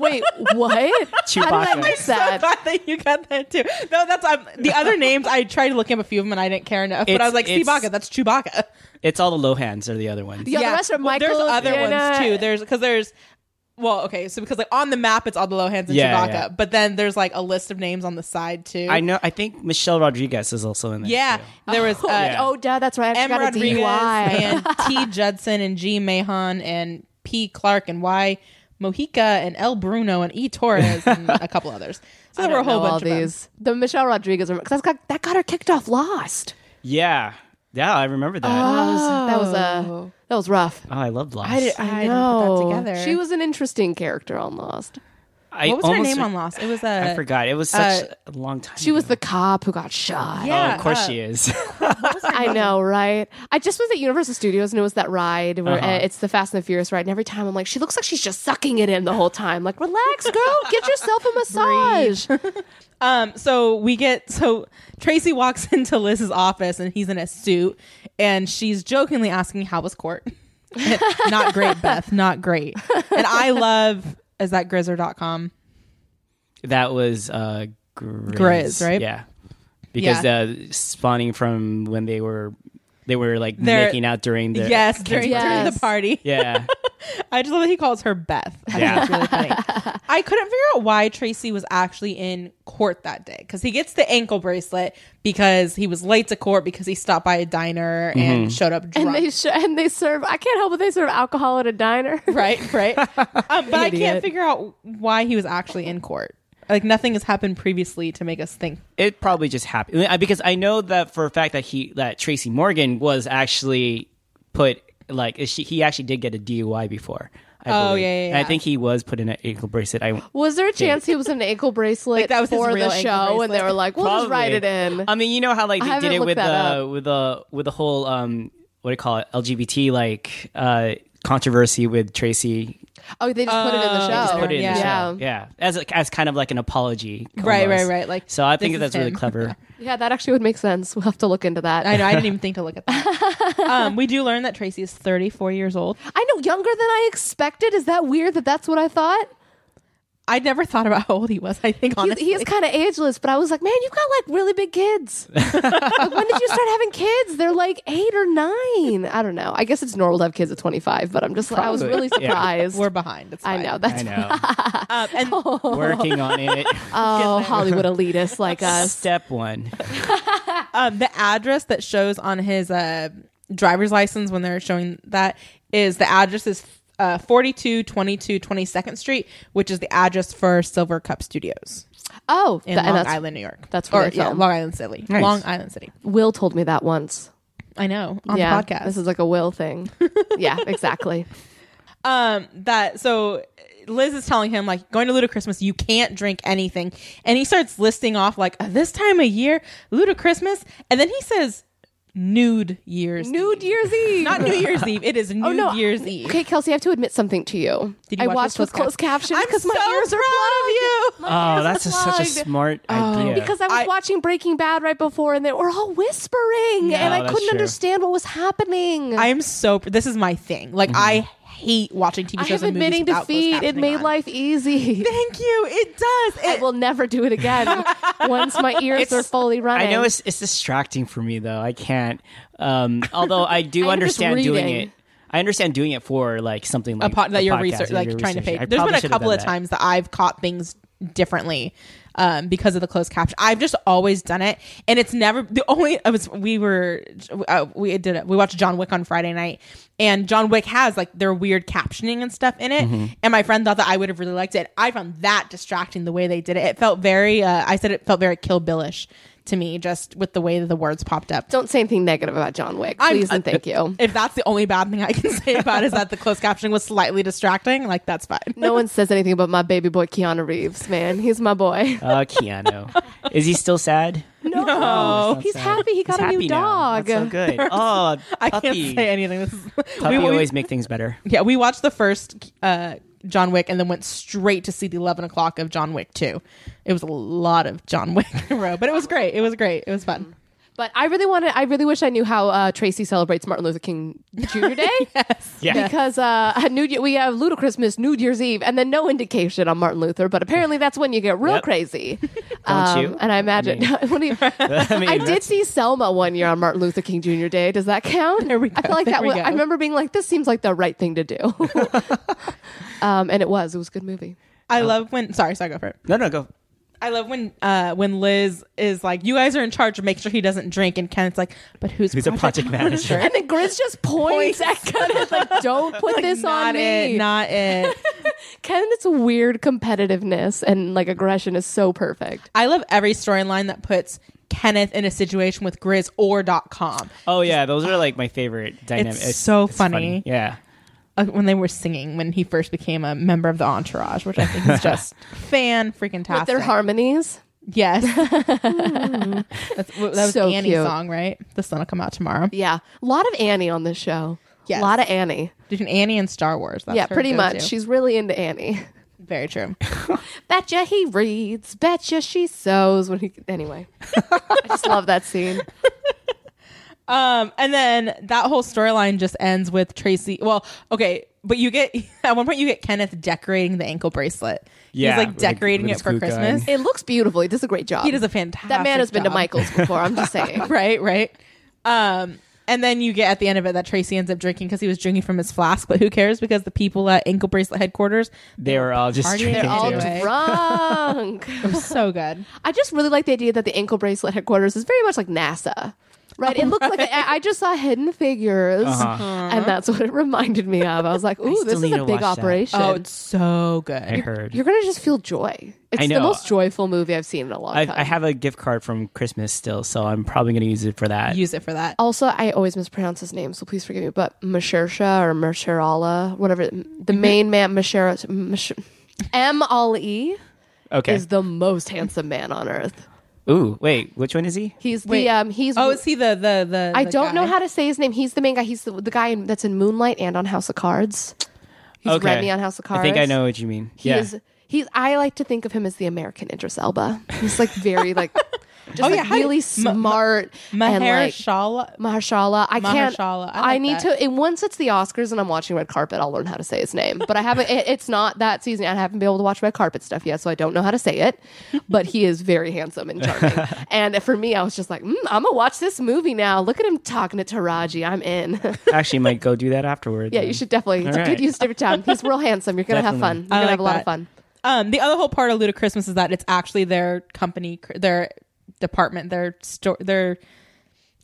Wait, what? How did I Chewbacca. miss I'm that? glad that you got that too. No, that's um, the other names. I tried to look up a few of them and I didn't care enough. but I It's- was like, it's- Chewbacca. That's Chewbacca. It's all the Lohans are the other ones. Yeah, the rest are Well, Michael. There's other Jenna- ones too. There's because there's well, okay, so because like on the map it's all the Lohans and Yeah, Chewbacca, yeah. but then there's like a list of names on the side too. I know. I think Michelle Rodriguez is also in there. Yeah, too. there was uh, Oh, duh, that's right. I M. forgot a Rodriguez DUI. and T. Judson and G. Mahon and P. Clark and Y. Mojica and L. Bruno and E. Torres and a couple others. So there were a whole Know all bunch of these. these. The Michelle Rodriguez, because that got that got her kicked off Lost. Yeah. Yeah, I remember that. That was that was uh, that was rough. oh, I loved Lost. I, did, uh, I, didn't put that together. She was an interesting character on Lost. I What was her almost- name on Lost? It was uh, I forgot. It was such a long time. She was the cop who got shot. Oh, Yeah, of course uh, she is. I know, right? I just was at Universal Studios and it was that ride where Uh-huh. uh it's the Fast and the Furious ride, and every time I'm like, she looks like she's just sucking it in the whole time. Like, relax, girl, get yourself a massage. Um, so we get so Tracy walks into Liz's office and he's in a suit and she's jokingly asking how was court. not great, Beth, not great. And I love is that grizzer.com. that was uh, Grizz. Grizz, right? Yeah. because Yeah. uh, spawning from when they were they were like They're- making out during the yes, during, during Yes. the party. yeah I just love that he calls her Beth. I Yeah. think that's really funny. I couldn't figure out why Tracy was actually in court that day because he gets the ankle bracelet because he was late to court because he stopped by a diner and showed up drunk. And they sh- and they serve. I can't help but they serve alcohol at a diner. right, right. Um, but I can't Idiot. figure out why he was actually in court. Like nothing has happened previously to make us think. it probably just happened I- because I know that for a fact that he that Tracy Morgan was actually put like she, he actually did get a DUI before. I Oh, believe. yeah, yeah, And I yeah. think he was put in an ankle bracelet. I Was there a chance he was in an ankle bracelet Like, that was his for real the ankle show? bracelet? And they were like, "We'll just write it Probably. in." I mean, you know how like I they haven't did it looked with that the with the with the whole um what do you call it LGBT like uh controversy with Tracy oh, they just put it in the Oh, show. they just Uh, put it in Yeah. the show. yeah. Yeah. As a, as kind of like an apology. Right, almost. right, right. Like, So I think this is that's really him. clever. Yeah, that actually would make sense. We'll have to look into that. I know I didn't even think to look at that. Um, we do learn that Tracy is 34 years old. I know younger than I expected. Is that weird that that's what I thought? I never thought about how old he was. I think He's, honestly, he's kind of ageless, but I was like, man, you got like really big kids. like, when did you start having kids? They're like eight or nine. I don't know. I guess it's normal to have kids at 25, but I'm just like, I was Probably. really Yeah. surprised. we're behind. It's I fine. know. I That's know. Um, and Working on it. oh, Hollywood elitists like us. Step one. um, the address that shows on his uh, driver's license when they're showing that is the address is uh, 4222 22nd Street, which is the address for Silver Cup Studios Oh, in th- and Long that's, Island, New York. that's where or they yeah, film. Long Island City. Nice. Long Island City. Will told me that once. I know on yeah, the podcast. this is like a Will thing. yeah, exactly. um that so Liz is telling him like going to Ludacrismas you can't drink anything and he starts listing off like "Uh, this time of year Ludacrismas and then he says nude years New Eve. Year's Eve. not New Year's Eve it is New Year's Eve Oh, Okay, Kelsey, I have to admit something to you. Did you I watch watched this with closed captions I'm because my so ears are proud plugged. of you. My Oh, ears that's are a, such a plugged. smart Oh, idea. Because I was I- watching Breaking Bad right before, and they were all whispering, and I that's couldn't true. understand what was happening. I am so this is my thing like I hate watching TV I shows am and movies admitting without closed defeat. It captioning made on. life easy. thank you it does I it will never do it again once my ears are fully running. I know it's, it's distracting for me though. I can't. Um, although I do I am just understand doing reading. it. I understand doing it for like something a like pot that a you're podcast research, or like your trying to pay. research. I There's probably been a should have couple done of that. times that I've caught things differently um, because of the closed caption. I've just always done it, and it's never the only. I was we were uh, we did it. We watched John Wick on Friday night, and John Wick has like their weird captioning and stuff in it. Mm-hmm. And my friend thought that I would have really liked it. I found that distracting the way they did it. It felt very. Uh, I said it felt very Kill Billish to me, just with the way that the words popped up. Don't say anything negative about John Wick, I'm- please and thank you. If that's the only bad thing I can say about it is that the closed captioning was slightly distracting, like that's fine. No one says anything about my baby boy Keanu Reeves, man. He's my boy. Uh, Keanu, is he still sad? No, Oh, he's happy. He got a new dog. Now. That's so good. Oh, I puppy. can't say anything. This is, Puppy we, we- always make things better. yeah, we watched the first uh, John Wick and then went straight to see the eleven o'clock of John Wick two. It was a lot of John Wick in a row, but it was great. It was great. It was fun. But I really want to. I really wish I knew how uh, Tracy celebrates Martin Luther King Jr. Day. Yeah. Because uh, a New Year, we have Ludicrousness, New Year's Eve, and then no indication on Martin Luther. But apparently, that's when you get real Yep. crazy. Um, Um, you? And I imagine. I what do you- I, mean, did see Selma one year on Martin Luther King Jr. Day. Does that count? There we go. I feel like There that. we Was, go. I remember being like, "This seems like the right thing to do," um, and it was. It was a good movie. I Oh. love when. Sorry, sorry, go for it. No, no, go. I love when uh, when Liz is like, "You guys are in charge. Make sure he doesn't drink." And Kenneth's like, "But who's Who's a project manager? And then Grizz just points, at Kenneth like, "Don't put this on not me." it. Not it. Kenneth's weird competitiveness and like aggression is so perfect. I love every storyline that puts Kenneth in a situation with Grizz or dot com. Oh yeah, those are like my favorite dynamic. so funny. Yeah. uh, when they were singing when he first became a member of the entourage, which I think is just fan freaking With tastic. their harmonies. Yes, That's, that was So Annie's cute. song, right? The sun will come out tomorrow. Yeah. A lot of Annie on this show. Yes. A lot of Annie. Between Annie and Star Wars. That's yeah, her pretty go-to. much. She's really into Annie. very true. Betcha he reads. Betcha she sews. When he anyway, I just love that scene. Um, and then that whole storyline just ends with Tracy. Well, okay. but you get at one point you get Kenneth decorating the ankle bracelet. Yeah, he's like with- decorating with it his for glue gun. Christmas. It looks beautiful. He does a great job. He does a fantastic. That man has been to job. Michael's before. I'm just saying. right, right. Um, and then you get at the end of it that Tracy ends up drinking because he was drinking from his flask, but who cares? Because the people at Ankle Bracelet headquarters They were all just Partying drinking They're all too. drunk. Drunk. it was so good. I just really like the idea that the ankle bracelet headquarters is very much like NASA. Right, it looked like I I just saw Hidden Figures, and that's what it reminded me of. I was like, "Ooh, Uh-huh. still this is need a to big watch that. operation." Oh, it's so I good. heard. You're gonna just feel joy. It's I the know. most joyful movie I've seen in a long I, time. I have a gift card from Christmas still, so I'm probably going to use it for that. Use it for that. also, I always mispronounce his name, so please forgive me. But Mashersha or Masherala, whatever the Mm-hmm. main man, Mashera, Mash- M L E okay. is the most handsome man on earth. Ooh, wait, which one is he? He's Wait. the um, he's Oh, is he the the the? I the don't know guy? how to say his name. He's the main guy. He's the, the guy in, that's in Moonlight and on House of Cards. He's Remy on House of Cards. I think I know what you mean. He yeah. is. He's. I like to think of him as the American Idris Elba. He's like very like, just Oh, yeah, like how do- really smart and Maher like Shala. Mahershala. I can't. Mahershala. I I, like need that. to. And once it's the Oscars and I'm watching red carpet, I'll learn how to say his name. But I haven't. it, it's not that season. I haven't been able to watch red carpet stuff yet, so I don't know how to say it. But he is very handsome and charming. and for me, I was just like, mm, I'm gonna watch this movie now. Look at him talking to Taraji. I'm in. Actually, might go do that afterwards. yeah, you Mm. should definitely. It's a right. good use of your time. He's real handsome. You're gonna have Definitely. fun. You're gonna I have a lot like of fun. Um, the other whole part of Ludacris Christmas is that it's actually their company, cr- their department, their store, their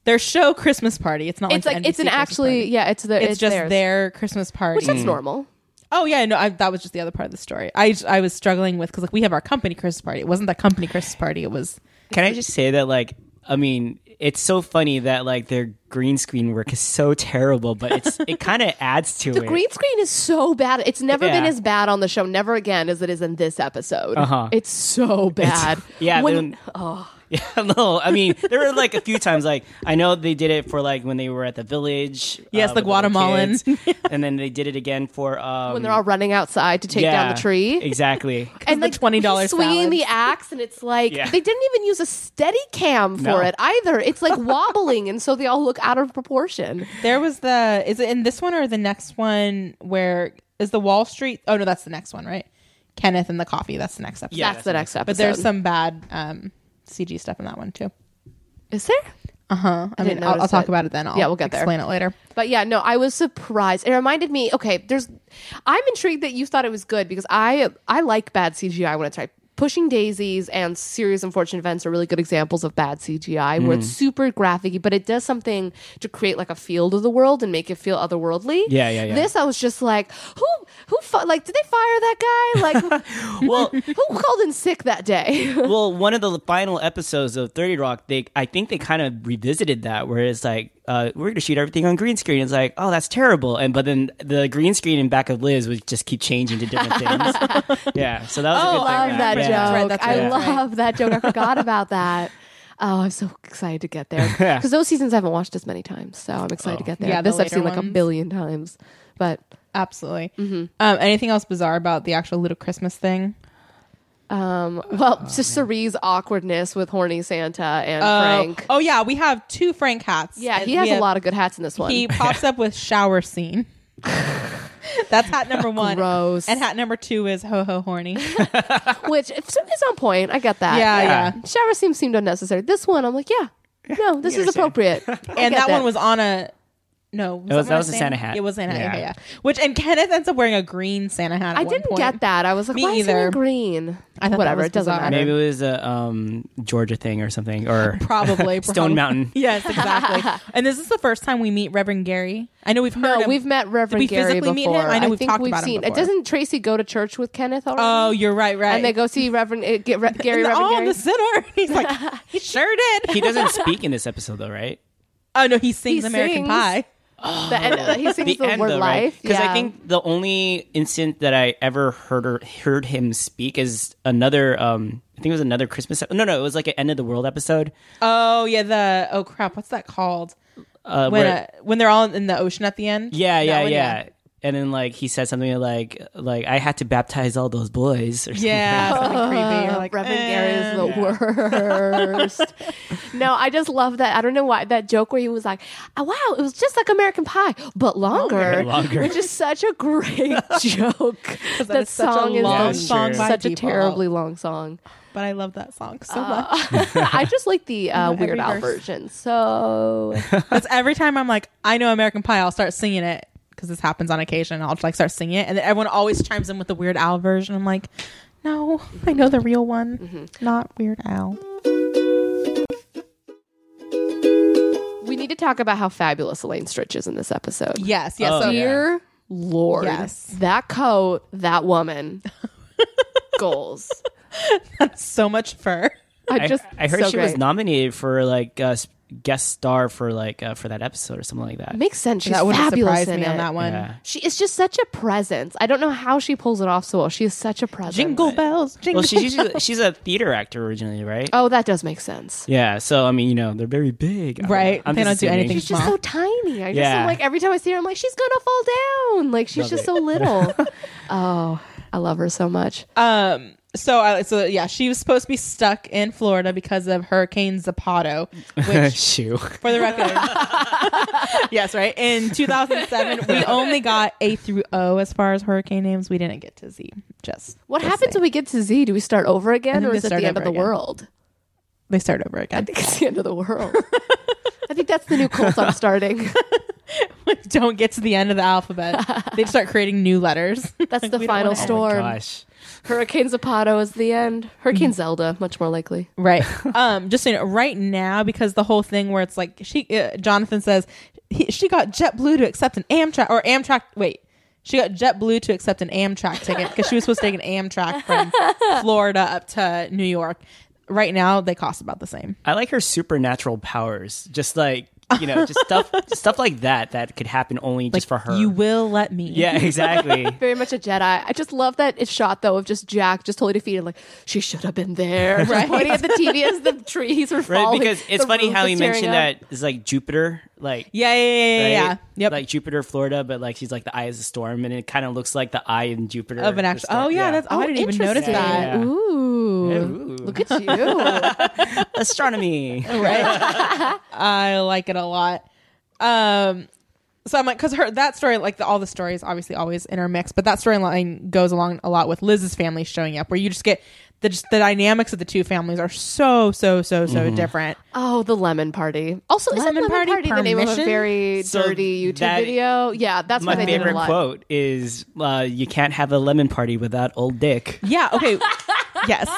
their show Christmas party. It's not It's like the it's an NBC Christmas actually. party. Yeah, it's the. It's, just theirs. their Christmas party. Which Mm. that's normal. oh yeah, no, I, that was just the other part of the story. I j- I was struggling with because like we have our company Christmas party. It wasn't the company Christmas party. It was Can I just say that, like, I mean, it's so funny that like their green screen work is so terrible, but it's it kind of adds to The it. green screen is so bad. It's never been Yeah. as bad on the show. Never again as it is in this episode. Uh-huh. It's so bad. yeah, When, then- Oh. Yeah, no, I mean there were like a few times. Like I know they did it for like when they were at the village. uh, Yes, the with little Guatemalan. kids, and then they did it again for um, when they're all running outside to take down yeah, the tree. Exactly. And the like $20 he's swinging salad. the axe, and it's like Yeah. they didn't even use a steady cam for No. it either. It's like wobbling, and so they all look out of proportion. there was the is it in this one or the next one where is the Wall Street? Oh no, that's the next one, right? Kenneth and the coffee. That's the next episode. Yeah, that's that's the next episode. but there's some bad um, CG stuff in that one too. is there? Uh huh. I, mean, didn't I'll, I'll notice talk it. about it then. I'll Yeah, we'll get there. explain it later. But yeah, no, I was surprised. It reminded me. Okay, there's. I'm intrigued that you thought it was good because I I like bad CGI when it's right. Pushing Daisies and Serious Unfortunate Events are really good examples of bad CGI where Mm. it's super graphic, but it does something to create like a field of the world and make it feel otherworldly. Yeah, yeah, yeah. This I was just like, who who fi- like did they fire that guy? Like, Well, who called in sick that day? well, one of the final episodes of Thirty Rock, they I think they kind of revisited that, where it's like uh, we're going to shoot everything on green screen. It's like, oh, that's terrible. And but then the green screen in back of Liz would just keep changing to different things. yeah, so that was a Oh, good I thing love that Right, joke. that's right, that's I right, that's right. love that joke. I forgot about that. Oh, I'm so excited to get there because those seasons I haven't watched as many times, so I'm excited to get there. Yeah, Yeah, the this I've seen later like a ones. billion times, but Absolutely. Mm-hmm. Um, anything else bizarre about the actual little Christmas thing? um, well, just Cerie's awkwardness with horny Santa and Frank. Oh, oh yeah, we have two Frank hats. yeah, And he we has a have- lot of good hats in this one. He pops up with shower scene. That's hat number one. Gross. And hat number two is ho ho horny. which if some is on point. I get that. Yeah, yeah. Shower seems seemed unnecessary. This one, I'm like, yeah, no, this is appropriate. I get and that one was on a no. Was That was- that on was a Santa hat. It was Santa hat. Yeah. Yeah. yeah, Which and Kenneth ends up wearing a green Santa hat. At I one didn't point. get that. I was like, Me why is either. it green? I thought that Whatever, was it doesn't bizarre. matter. Maybe it was a um, Georgia thing or something, or Probably Stone Mountain. Yes, exactly. and this is the first time we meet Reverend Gary. I know we've heard. No, him. we've met Did Reverend we Gary physically before. meet him? I know we've think talked we've about him seen. before. It doesn't Tracy go to church with Kenneth already? Oh, you're right, right. and they go see Reverend uh, get Re- Gary. And they're Reverend all Gary. in the center. He's like, he sure did. he doesn't speak in this episode though, right? oh no, he sings He American sings. Pie. The end- he sings the, word life. Because yeah. I think the only instant that I ever heard her, heard him speak is another. Um, I think it was another Christmas. ep- No, no, it was like an end of the world episode. Oh yeah, the oh crap, what's that called? Uh, When where- uh, when they're all in the ocean at the end. yeah, That yeah, one, yeah, and then like he said something like like I had to baptize all those boys or something. Yeah, something creepy. You're like, Oh. Reverend eh. Gary is the worst. no, I just love that. I don't know why that joke where he was like, oh, "Wow, it was just like American Pie, but longer,", Longer. which is such a great joke. that is such a song is long the- song by such a people. terribly long song. But I love that song so much. I just like the uh, Every Weird Al verse. version. So That's every time I'm like, I know American Pie, I'll start singing it because this happens on occasion. I'll like start singing it, and then everyone always chimes in with the Weird Al version. I'm like, no, I know the real one, Mm-hmm. not Weird Al. we need to talk about how fabulous Elaine Stritch is in this episode. Yes, yes. Oh, so yeah. Dear Lord, Yes. that coat, that woman, goals. so much fur. I I, just I heard so she was great. nominated for like a s- guest star for like uh, for that episode or something like that. Makes sense. She's that would have fabulous surprised in me it. on that one. Yeah. She is just such a presence. I don't know how she pulls it off so well. She is such a presence. Jingle bells, jingle. Well, she's bells. usually she's a theater actor originally, right? Oh, that does make sense. Yeah, so I mean, you know, they're very big, I don't Right, know. I'm they just don't do assuming. anything. She's just so tiny. I just Yeah. am like every time I see her, I'm like, she's gonna fall down. Like she's Love just it. so little. oh, I love her so much. um. So, I, so yeah, she was supposed to be stuck in Florida because of Hurricane Zapato, which Shoo. for the record. yes, right. In 2007, we only got A through O as far as hurricane names. We didn't get to Z. Just What just happens saying. when we get to Z? Do we start over again, think or they is it start the end of the over again. world? they start over again? I think it's the end of the world. I think that's the new cult I'm starting. Don't get to the end of the alphabet. they start creating new letters. That's the We don't final wanna- Oh my Oh my storm. gosh. Hurricane Zapato is the end. Hurricane Zelda, much more likely. Right. Um. Just so you know, right now because the whole thing where it's like she, uh, Jonathan says, he, she got JetBlue to accept an Amtrak or Amtrak. Wait. She got JetBlue to accept an Amtrak ticket because she was supposed to take an Amtrak from Florida up to New York. Right now, they cost about the same. I like her supernatural powers. Just like, you know, just stuff stuff like that that could happen only just for her. You will let me. yeah, exactly. Very much a Jedi. I just love that it's shot though of just Jack just totally defeated, like she should have been there. Just Right. pointing at the TV as the trees were right? falling. Because it's the funny roof how is he tearing mentioned up. that it's like Jupiter, like Yeah, yeah, yeah, yeah, right? yeah. Yep. Like Jupiter, Florida, but like she's like the eye is a storm and it kind of looks like the eye in Jupiter of an the actual. storm. Oh yeah, that's. Oh, I didn't even notice interesting. that. Yeah. Ooh, Ooh. look at you. astronomy. I like it a lot. Um, so I'm like, because her that story, like the, all the stories, obviously always intermix, but that storyline goes along a lot with Liz's family showing up, where you just get the just the dynamics of the two families are so so so so Mm-hmm. different. oh, the lemon party. Also, isn't Lemon lemon party, Party the name of a permission? very So dirty YouTube that- video? Yeah, that's My why they did favorite a lot. quote is uh, you can't have a lemon party without old dick. Yeah. Okay. yes.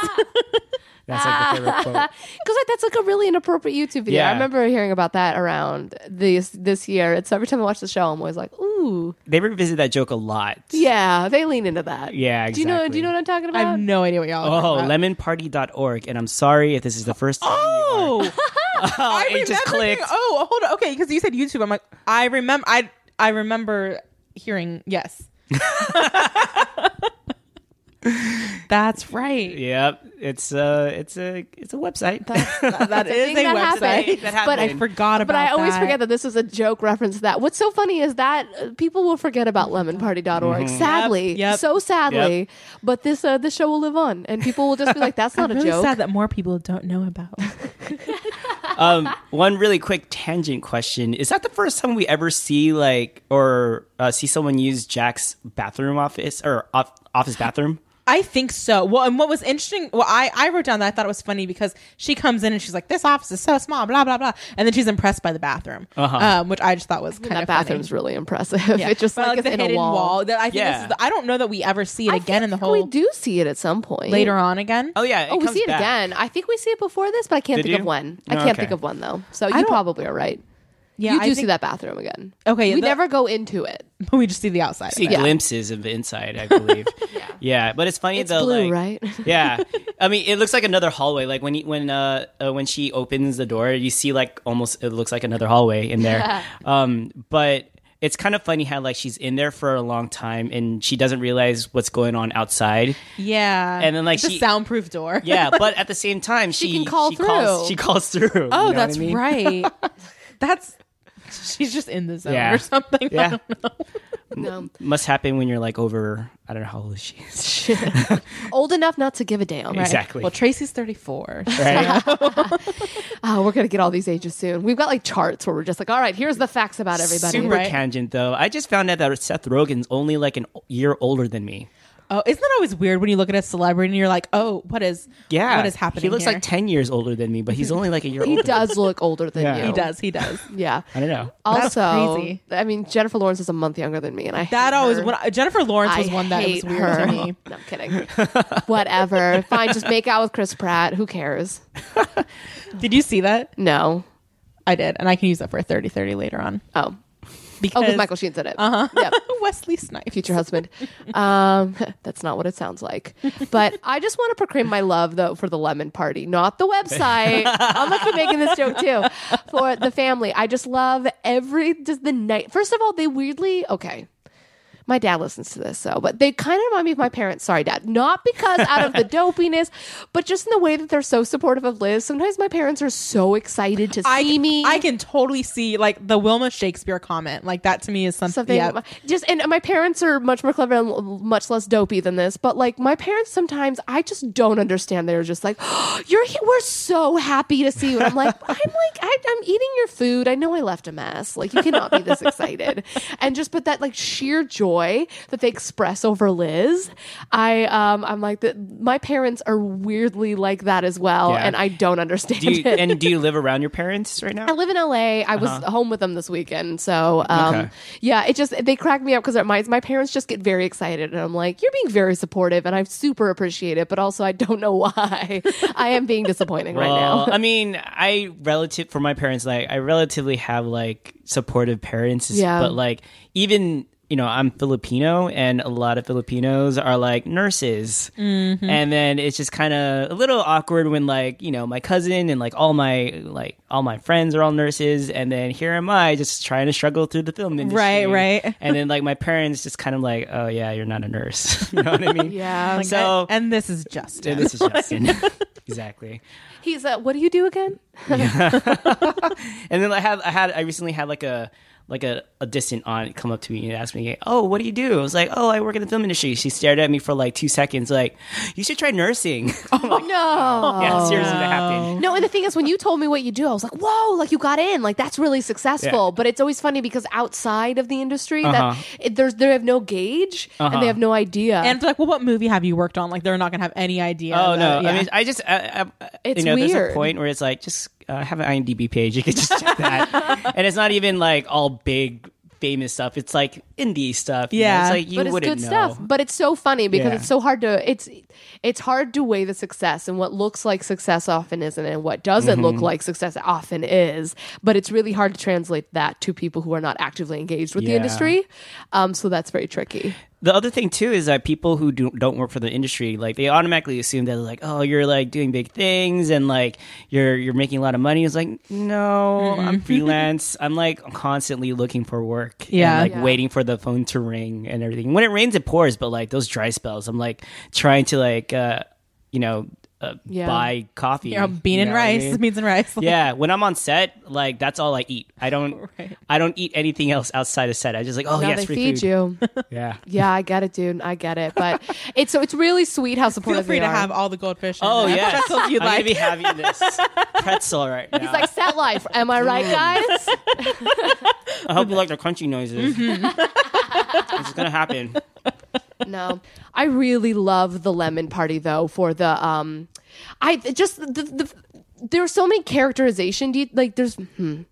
That's like the favorite quote. Because like, that's like a really inappropriate YouTube video. I Yeah. remember hearing about that around this this year. It's every time I watch the show, I'm always like, ooh, They revisit that joke a lot. yeah, they lean into that. Yeah, Do you know? Do exactly. you know what I'm talking about? I have no idea what y'all. Are Oh, talking about. lemonparty.org. And I'm sorry if this is the first time. you are- Oh. Oh, I it just remember clicked. thinking- oh, hold on. Okay, because you said YouTube. I'm like, I remember. I I remember hearing yes. That's right. Yep. It's uh it's a it's a website. that is thing a that website. happened. But I I forgot about. But I always that. forget that this is a joke reference. to That what's so funny is that uh, people will forget about lemonparty.org. Mm-hmm. Sadly, Yep, yep. so sadly. But this uh, this show will live on, and people will just be like, "That's not I'm a really joke." sad that more people don't know about. um one really quick tangent question. Is that the first time we ever see like or uh, see someone use Jack's bathroom office or off- office bathroom? I think so. Well, and what was interesting, well, I, I wrote down that I thought it was funny because she comes in and she's like, "This office is so small," blah blah blah, and then she's impressed by the bathroom, Uh-huh. um, which I just thought was kind that of bathroom's really impressive. funny. It just But, like, it's in a hidden wall. That I think Yeah. this is the, I don't know that we ever see it I again in the think whole We do see it at some point later on again. Oh yeah, it Oh, we comes see it back. again. I think we see it before this, but I can't Did think of you? when. I Oh, can't okay. think of when though. So I you don't- probably are right. yeah, you I do see think- that bathroom again. Okay, we the- never go into it. But we just see the outside. of See it. glimpses of the inside, I believe. yeah. but it's funny It's though. blue, like, right? yeah, I mean, it looks like another hallway. Like when you, when uh, uh when she opens the door, you see like almost it looks like another hallway in there. um, but it's kind of funny how like she's in there for a long time and she doesn't realize what's going on outside. Yeah, And then, like, it's a she- soundproof door. Yeah, but at the same time, she, can call she Calls, through. she calls through. you know Oh, what I that's mean? right. that's she's just in the zone Yeah. or something. Yeah. No. must happen when you're like over. I don't know how old she is. Old enough not to give a damn. Right? Exactly. Well, Tracy's 34. Right? Oh, we're gonna get all these ages soon. We've got like charts where we're just like, all right, here's the facts about everybody. Super tangent though. I just found out that Seth Rogen's only like an year older than me. Oh, isn't that always weird when you look at a celebrity and you're like, oh, what is Yeah, what is happening? He looks here? like ten years older than me, but he's only like a year. He older. does look older than Yeah. you. He He does. He does. Yeah. I don't know. Also, crazy. I mean, Jennifer Lawrence is a month younger than me, and I That hate always her. when I- Jennifer Lawrence was I one that was hate weird her. to me. No, I'm kidding. Whatever. Fine, just make out with Chris Pratt. Who cares? Did you see that? No. I did, and I can use that for a 30 30 later on. Oh, oh, Because Uh-huh. because Michael Sheen's in it. Uh huh. Yep. Wesley Snipes. Future husband. Um, that's not what it sounds like. But I just want to proclaim my love though for the Lemon Party, not the website. I'm gonna keep making this joke too for the family. I just love every just the night. First of all, they weirdly okay. My dad listens to this, so but they kind of remind me of my parents. Sorry, dad. Not because out of the dopiness, but just in the way that they're so supportive of Liz. Sometimes my parents are so excited to see I, me. I can totally see like the Wilma Shakespeare comment. Like that to me is something. something yeah. just and my parents are much more clever and l- much less dopey than this but like my parents sometimes i just don't understand they're just like you're he- we're so happy to see you and i'm like i'm like I, i'm eating your food i know i left a mess like you cannot be this excited and just but that like sheer joy that they express over liz i um i'm like that my parents are weirdly like that as well Yeah. and i don't understand Do you, it and do you live around your parents right now? I live in LA. I was home with them this weekend, so um, Uh-huh. Okay. yeah, it just they crack me up because my my parents just get very excited, and I'm like, "You're being very supportive," and I super appreciate it, but also I don't know why I am being disappointing right now. Well, I mean, I relative for my parents, like I relatively have like supportive parents, Yeah. but like even you know I'm Filipino, and a lot of Filipinos are like nurses, Mm-hmm. and then it's just kind of a little awkward when like you know my cousin and like all my like all my friends are all nurses, and then here am I just trying to struggle through the film industry, Right, right. and then like my parents just kind of like, oh yeah, you're not a nurse, you know what I mean? Yeah. Like, so. and this is Justin. Yeah, this is Justin. exactly. He's uh, what do you do again? And then I have I had I recently had like a like a, a distant aunt come up to me and ask me, "Oh, what do you do?" I was like, "Oh, I work in the film industry." She stared at me for like two seconds, like, "You should try nursing." I'm like, No. yeah, seriously, that happened. No, and the thing is, when you told me what you do, I was like, "Whoa! Like you got in! Like that's really successful." But it's always funny because outside of the industry, that Uh-huh. it, there's they have no gauge and they have no idea. and it's like, well, what movie have you worked on? Like they're not gonna have any idea. Oh no! about- yeah. I mean, I just I, I, It's you know, there's weird. a point where it's like just uh, have an IMDb page. You can just check that, and it's not even like all big famous stuff. It's like indie stuff. you know? Yeah. it's like you but it's wouldn't good know. stuff. But it's so funny because Yeah. it's so hard to it's it's hard to weigh the success and what looks like success often isn't and what doesn't look Mm-hmm. like success often is. But it's really hard to translate that to people who are not actively engaged with the Yeah. industry. Um, so that's very tricky. The other thing too is that people who do, don't work for the industry, like they automatically assume that like, oh, you're like doing big things and like you're you're making a lot of money. It's like, no, Mm-hmm. I'm freelance. I'm like constantly looking for work. and, Yeah. like Yeah. waiting for the phone to ring and everything. When it rains, it pours. But like those dry spells, I'm like trying to like, uh, you know, uh, Yeah. buy coffee. you know, bean you and know what I rice, mean? beans and rice. Like, Yeah, when I'm on set, like that's all I eat. I don't, Right. I don't eat anything else outside of set. I just like, oh now yes, they free feed food. you. Yeah. yeah, I get it, dude. I get it. But it's so it's really sweet how Feel supportive free they to are. have all the goldfish. and Oh the yeah, pretzels you'd I'm like. gonna be having this pretzel right now. it's like set life. Am I Mm. right, guys? I hope you like the crunchy noises. it's gonna happen. no i really love the lemon party though for the um i just the, the there are so many characterization de- like there's hmm,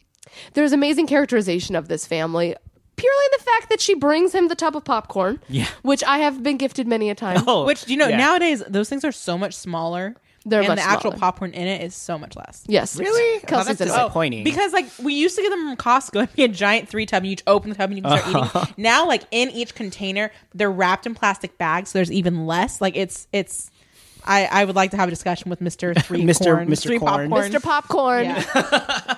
there's amazing characterization of this family purely the fact that she brings him the tub of popcorn Yeah. which i have been gifted many a time Oh, Which you know yeah. nowadays those things are so much smaller. They're and much the actual smaller. popcorn in it is so much less. yes Really? Oh, Kelsey's that's in it. disappointing. Because like we used to get them from Costco, it'd be a giant three tub, and you open the tub and you can start Uh-huh. eating. Now, like in each container, they're wrapped in plastic bags, so there's even less. Like it's it's. I I would like to have a discussion with Mister Three Mr. Corn, Mr. Three Corn. Popcorn. mr popcorn Yeah.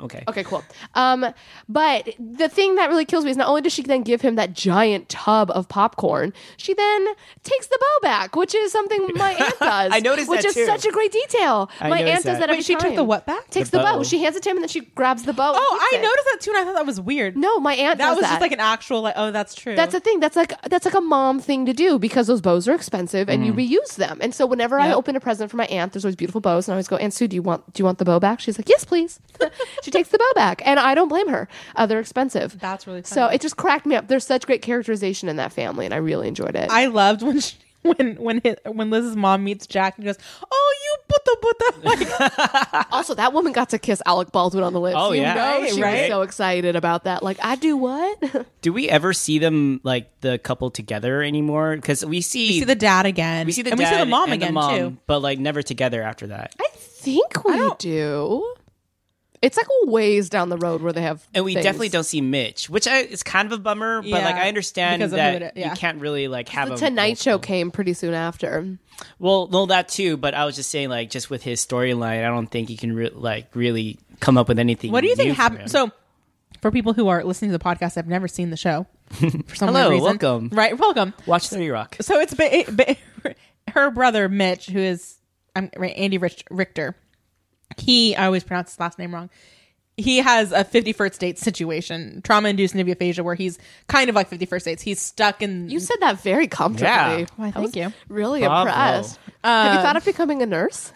Okay. Okay, cool. Um, but the thing that really kills me is not only does she then give him that giant tub of popcorn, she then takes the bow back, which is something my aunt does. I noticed which that is too. such a great detail. I my noticed aunt does that. that Wait, every she took time. the what back? Takes The the, bow. bow. She hands it to him and then she grabs the bow. and Oh, keeps I it. noticed that too, and I thought that was weird. No, my aunt that does was that. just like an actual like. Oh, that's true. That's the thing. That's like that's like a mom thing to do because those bows are expensive and you reuse them. And so whenever I Yep. open a present for my aunt, there's always beautiful bows, and I always go, "Aunt Sue, do you want do you want the bow back?" She's like, "Yes, please." she takes the bow back, and I don't blame her. Uh, they're expensive. That's really funny. so. It just cracked me up. There's such great characterization in that family, and I really enjoyed it. I loved when she, when when his, when Liz's mom meets Jack and goes, "Oh, you buta buta." Like, also, that woman got to kiss Alec Baldwin on the lips. Oh, You yeah. know, Right, she was right. so excited about that. Like, I do what? Do we ever see them like the couple together anymore? Because we see, see the dad again. we see the and we see the dad mom and the again mom, too. but like never together after that. I think we don't- do. It's like a ways down the road where they have, And we things. definitely don't see Mitch, which I, is kind of a bummer. But like Yeah, I understand because of that who it- yeah. you can't really like have The a Tonight Show came pretty soon after. Well, no, that too. But I was just saying, like, just with his storyline, I don't think you can re- like really come up with anything. What do you new think from him. happened? So, for people who are listening to the podcast, I've never seen the show. For some Hello, reason. welcome. Right, welcome. watch Thirty Rock. So it's ba- ba- her brother Mitch, who is I'm right, Andy Rich- Richter. He I always pronounce his last name wrong. He has a 51st date situation, trauma induced neophasia, where he's kind of like 51st dates. He's stuck in. You said that very comfortably. Yeah. Why, thank you. Um, Really Bravo. impressed. Have you thought of becoming a nurse?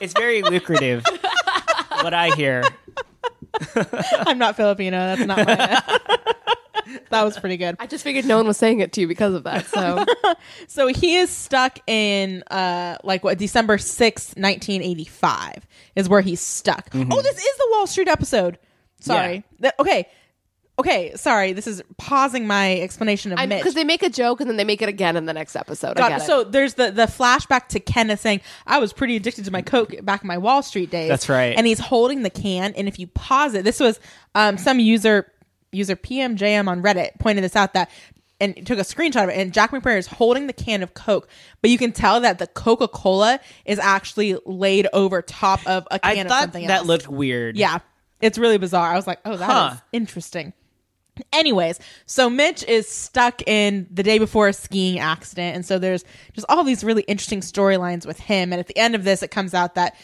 It's very lucrative. what I hear. I'm not Filipino. That's not my. that was pretty good. I just figured no one was saying it to you because of that. So So he is stuck in uh like what December 6th, 1985 is where he's stuck. Oh, this is the Wall Street episode. Sorry. Yeah. That- okay. Okay, sorry. This is pausing my explanation of Mitch. because they make a joke and then they make it again in the next episode. I God, get it. so there's the the flashback to Kenneth saying, "I was pretty addicted to my coke back in my Wall Street days." That's right. And he's holding the can, and if you pause it, this was um, some user user PMJM on Reddit pointed this out that and took a screenshot of it. And Jack McBrayer is holding the can of Coke, but you can tell that the Coca Cola is actually laid over top of a I can of thought something that else. looked weird. Yeah. It's really bizarre. I was like, oh, that is Huh. interesting. Anyways, so Mitch is stuck in the day before a skiing accident. And so there's just all these really interesting storylines with him. And at the end of this, it comes out that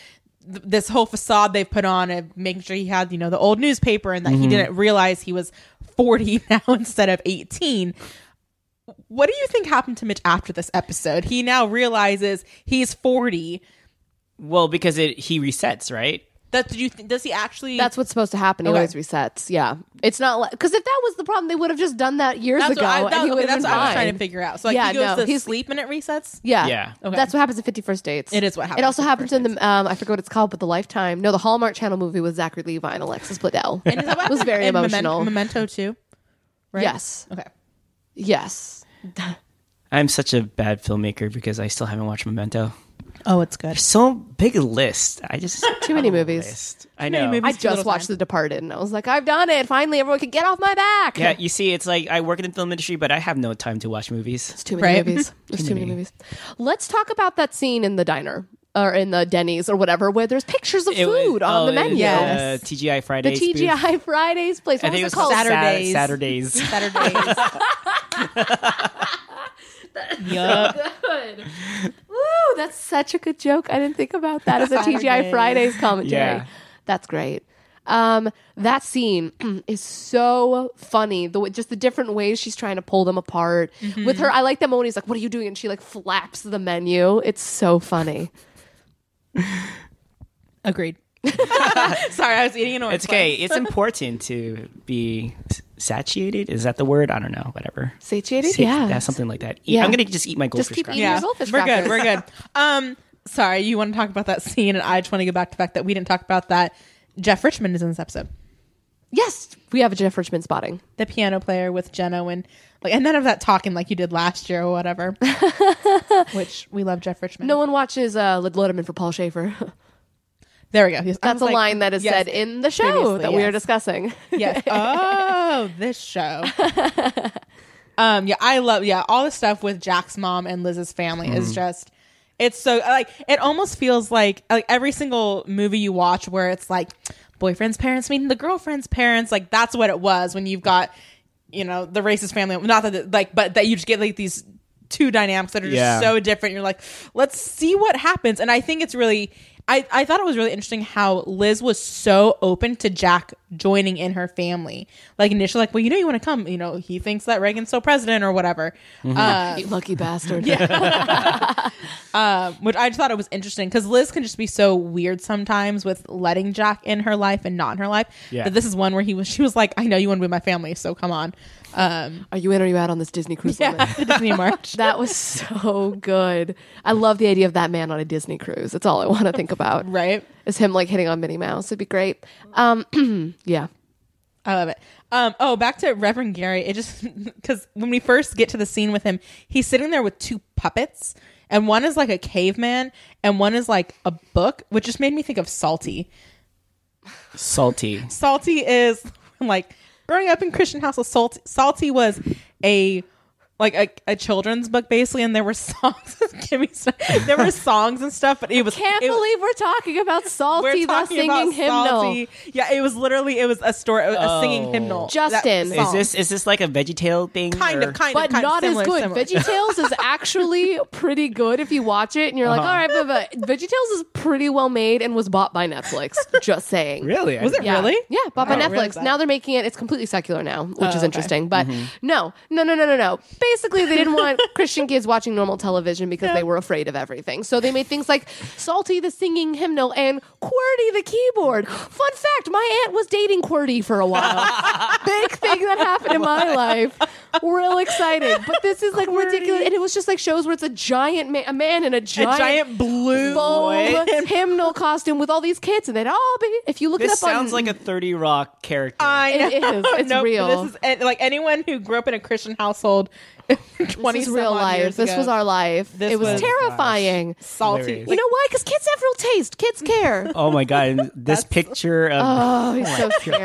th- this whole facade they've put on of making sure he had, you know, the old newspaper and that he didn't realize he was 40 now instead of 18. What do you think happened to Mitch after this episode? He now realizes he's 40. Well, because it he resets, right? That, do you th- does he actually that's what's supposed to happen. He Okay. always resets. Yeah, it's not like because if that was the problem, they would have just done that years That's ago. what I, and that, he okay, would have that's been what I was fine. trying to figure out. So like Yeah, he goes no, to he's- sleep and it resets. Yeah, Yeah. Okay. That's what happens in Fifty First Dates. It is what happens It also in happens in the um, I forget what it's called, but the Lifetime. No, the Hallmark Channel movie with Zachary Levi and Alexis Bledel. And is that what was very and Memen- emotional. Memento too. Right? Yes, Okay. yes. I'm such a bad filmmaker because I still haven't watched Memento. Oh, it's good. So big list. I just Too many movies. list. Oh, I many know. movies. I It's too little just watched time. The Departed and I was like, I've done it. Finally, everyone can get off my back. Yeah, you see, it's like I work in the film industry, but I have no time to watch movies. It's too many Right. movies. There's too many. movies. Let's talk about that scene in the diner or in the Denny's or whatever where there's pictures of It was- food on oh, the it- menu. uh, Yes. TGI The Friday. spoof. TGI Fridays place. What I think it was was it called? called Saturdays. Saturdays. Saturdays. Saturdays. Yup. Good. Woo, Oh, that's such a good joke. I didn't think about that as a TGI Saturdays. Fridays commentary. Yeah. That's great. Um, that scene is so funny. The way, just the different ways she's trying to pull them apart. Mm-hmm. With her, I like that moment. He's like, "What are you doing?" And she like flaps the menu. It's so funny. Agreed. Sorry, I was eating an orange. It's okay. It's important to be s- satiated. Is that the word? I don't know. Whatever. Satiated, Sat- yeah. something like that. Eat- Yeah. I'm gonna just eat my goldfish. Just keep crackers. eating Yeah. your goldfish We're crackers. good. We're good. Um, sorry, you want to talk about that scene, and I just want to go back to the fact that we didn't talk about that. Jeff Richmond is in this episode. Yes, we have a Jeff Richmond spotting. the piano player with Jeno and like and none of that talking like you did last year or whatever. Which we love Jeff Richmond. No one watches uh, Lyd Letterman for Paul Schaefer. there we go. Yes, I That's a was like, line that is yes, said in the show previously, that we are yes. discussing. Yes. Oh, this show. Mm-hmm. um, yeah, I love yeah, all the stuff with Jack's mom and Liz's family is just It's so like it almost feels like like every single movie you watch where it's like boyfriend's parents meeting the girlfriend's parents. Like that's what it was when you've got you know the racist family. Not that it- like, but that you just get like these two dynamics that are just Yeah. so different. You're like, let's see what happens. And I think it's really. I, I thought it was really interesting how Liz was so open to Jack joining in her family. Like initially, like, well, you know, you want to come. You know, he thinks that Reagan's still president or whatever. Mm-hmm. Uh, You lucky bastard. which I just thought it was interesting because Liz can just be so weird sometimes with letting Jack in her life and not in her life. Yeah. But this is one where he was, she was like, "I know you want to be my family, so come on." Um, Are you in or are you out on this Disney cruise? yeah, line? the Disney March. That was so good. I love the idea of that man on a Disney cruise. That's all I want to think about. right? Is him like hitting on Minnie Mouse. It'd be great. Um, yeah. I love it. Um, oh, back to Reverend Gary. It just because when we first get to the scene with him, he's sitting there with two puppets, and one is like a caveman, and one is like a book, which just made me think of Salty. Salty. Salty is like growing up in Christian household. Salt, Salty was a like a, a children's book basically, and there were songs. Give me some- there were songs and stuff, but it was Can't it- believe we're talking about we're Salty the talking singing about hymnal. Salty. Yeah, it was literally it was a story, a singing hymnal. That Justin. Is Is song. this is this like a VeggieTale thing? kind or- of kind But of kind not of similar, as good. similar. VeggieTales is actually pretty good if you watch it and you're Uh-huh. like, all right, but, but VeggieTales is pretty well made and was bought by Netflix. Just saying. Really? Was it Yeah. really? Yeah, bought by I don't realize Netflix. that. Oh, Now they're making it. It's completely secular now, which is okay. Mm-hmm. interesting. But no, no, no, no, no, no. Basically, they didn't want Christian kids watching normal television because they were afraid of everything. So they made things like Salty the singing hymnal and QWERTY the keyboard. Fun fact: my aunt was dating QWERTY for a while. Big thing that happened in my life. Real exciting, but this is like ridiculous. And it was just like shows where it's a giant man, a man in a A giant. giant blue bowl boy. hymnal costume with all these kids, and they'd all be. If you look This it up on sounds like a Thirty Rock character. I know. It is. It's but real. This is and, like anyone who grew up in a Christian household. Twenty this is real life. This was our life. This it was, was- terrifying. salty. Hilarious. you know why? Because kids have real taste. Kids care. oh my god! and This picture of oh, he's so scary.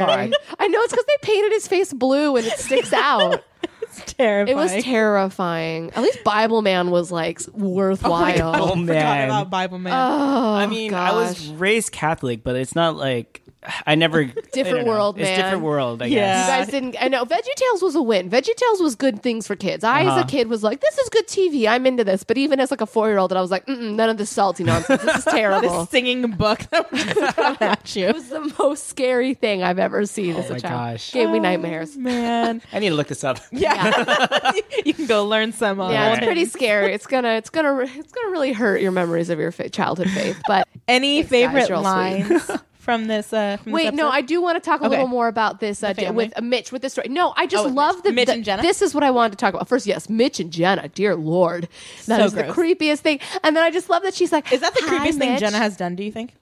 I know it's because they painted his face blue and it sticks out. It's terrifying. it was terrifying. At least Bible Man was like worthwhile. Oh, man. about Bible man. Oh. I mean, I was gosh. raised Catholic, but it's not like I never I Different don't know. world, It's man. different world, I You Yeah. guess. guys didn't. I know. VeggieTales was a win. VeggieTales was good things for kids. I, as a kid, was like, "This is good TV. I'm into this." But even as like a four year old, I was like, Mm-mm, "None of this salty nonsense. This is this terrible." singing book that was just coming at you, it was the most scary thing I've ever seen as Oh my a child. gosh. Gave me nightmares. man. I need to look this up. Yeah, you can go learn some. Uh, Yeah, old it's pretty hymns. scary. It's gonna, it's gonna, it's gonna really hurt your memories of your fa- childhood faith. But Any guys, favorite you're all sweet. lines from this? Uh, from this wait, no, episode? I do want to talk a Okay. little more about this uh, family. with uh, Mitch with this story. No, I Oh, just with love Mitch. the Mitch the- and Jenna? This is what I wanted to talk about. First, yes, Mitch and Jenna. Dear Lord, that So is gross. the creepiest thing. And then I just love that she's like, Is that the "Hi, creepiest thing Mitch." Jenna has done? Do you think?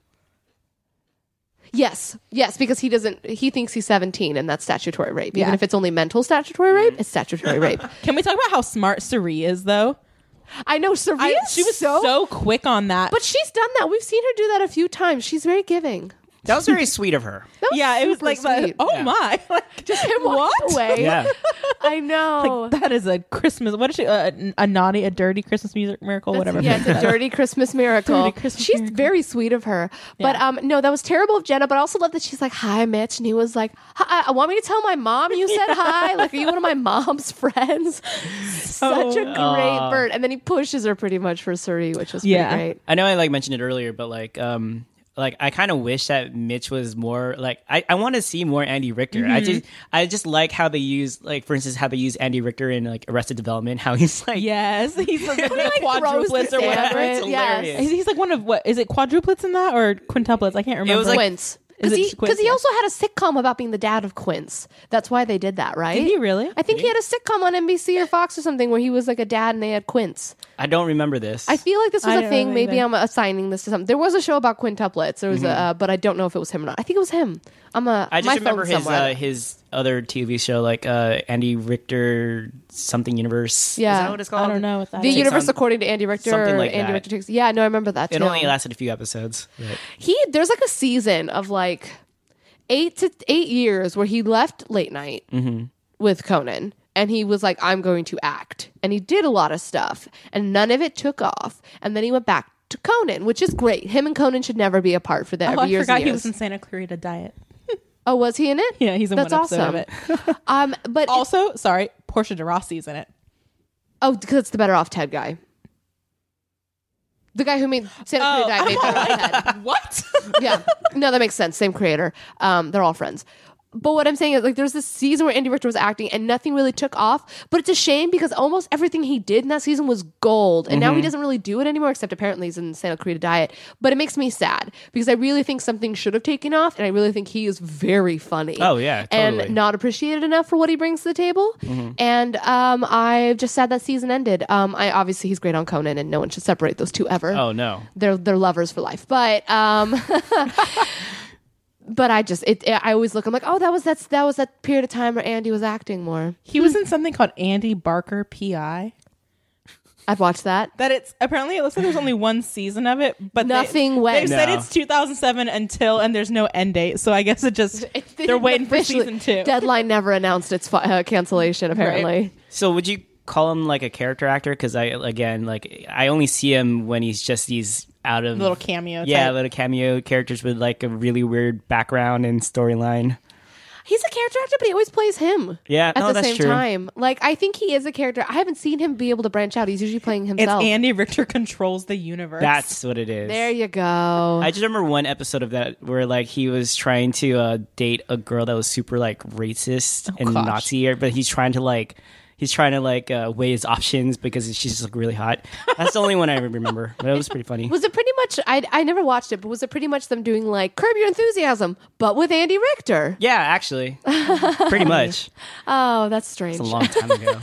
Yes, yes, because he doesn't. He thinks he's seventeen, and that's statutory rape. Yeah. Even if it's only mental statutory rape, it's statutory rape. Can we talk about how smart Sari is though? I know. I, Serena, she was so, quick on that. but she's done that. We've seen her do that a few times. She's very giving. That was very sweet of her. That was yeah, it was super like, the- sweet. oh Yeah. my, like just him walking away. Yeah. I know. That is a Christmas. What is she? A, a naughty, a dirty Christmas music miracle, whatever. Yeah, it's a dirty Christmas miracle. Dirty Christmas she's miracle. very sweet of her. But um, no, that was terrible of Jenna. But I also love that she's like, "Hi, Mitch," and he was like, "Hi, I want me to tell my mom you said hi. Like, are you one of my mom's friends?" Such a great Oh, Aw. bird. And then he pushes her pretty much for Suri, which was pretty Yeah. great. I know I like mentioned it earlier, but like um like I kind of wish that Mitch was more like I, I want to see more Andy Richter. I Mm-hmm. just I just like how they use like for instance how they use Andy Richter in like Arrested Development. How he's like Yes, he's like, the quadruplets or throws the whatever. sandwich. It's Yes. hilarious. He's he's like one of what is it quadruplets in that or quintuplets? I can't remember. was like- Quince. Is Because it he, just Quince? 'cause he Yeah. also had a sitcom about being the dad of Quince. That's why they did that, right? Did he really? I think he had a sitcom on NBC or Fox or something where he was like a dad and they had Quince. I don't remember this. I feel like this was I a don't thing. remember Maybe either. I'm assigning this to something. There was a show about quintuplets. There was a, uh, but I don't know if it was him or not. I think it was him. I'm a. I just my remember phone's his somewhere. uh, his other TV show like uh Andy Richter something universe. Yeah. Is that what it's called? I don't know what that the is. universe- universe on- according to Andy Richter. something like Andy that. Richter takes. Yeah, no, I remember that. It too. only lasted a few episodes. he there's like a season of like eight to eight years where he left late night with Conan and he was like, I'm going to act. And he did a lot of stuff, and none of it took off. And then he went back to Conan, which is great. Him and Conan should never be apart for that. Oh, I forgot he was in Santa Clarita Diet. oh, was he in it? Yeah, he's in That's one episode awesome. of it. um, but also, also, sorry, Portia de Rossi's in it. oh, because it's the Better Off Ted guy. The guy who made Santa Oh, Clarita Diet made Better Off Ted. What? yeah. No, that makes sense. Same creator. Um, they're all friends. But what I'm saying is, like, there's this season where Andy Richter was acting and nothing really took off. But it's a shame because almost everything he did in that season was gold. And Mm-hmm. now he doesn't really do it anymore, except apparently he's in the Santa Clarita Diet. But it makes me sad because I really think something should have taken off. And I really think he is very funny. Oh, yeah, totally. Mm-hmm. And not appreciated enough for what he brings to the table. And um, I'm just sad that season ended. Um, I Obviously, he's great on Conan, and no one should separate those two ever Oh no. they're they're lovers for life. But um but I just it, I always look I'm like, "Oh, that was that's that was that period of time where Andy was acting more." he was in something called Andy Barker PI. I've watched that. That it's apparently it looks like there's only one season of it, but they- Nothing went. They said No. it's 2007 until, and there's no end date, so I guess it just they're waiting for Officially- season two. Deadline never announced its fi- uh, cancellation apparently. So would you call him like a character actor? Because I again like I only see him when he's just these out of Little cameo Yeah, type. little cameo characters with like a really weird background and storyline. He's a character actor, but he always plays him. Yeah, at no, the that's same true. time. Like I think he is a character. I haven't seen him be able to branch out. He's usually playing It's himself. Andy Richter controls the universe. That's what it is. there you go. I just remember one episode of that where like he was trying to uh, date a girl that was super like racist and Oh, gosh. Nazi, but he's trying to like he's trying to like uh, weigh his options because she's just like really hot. That's the only one I remember, but it was pretty funny. was it pretty much I I never watched it, but was it pretty much them doing like Curb Your Enthusiasm but with Andy Richter? Yeah, actually, pretty much. Oh, that's strange. It's a long time ago.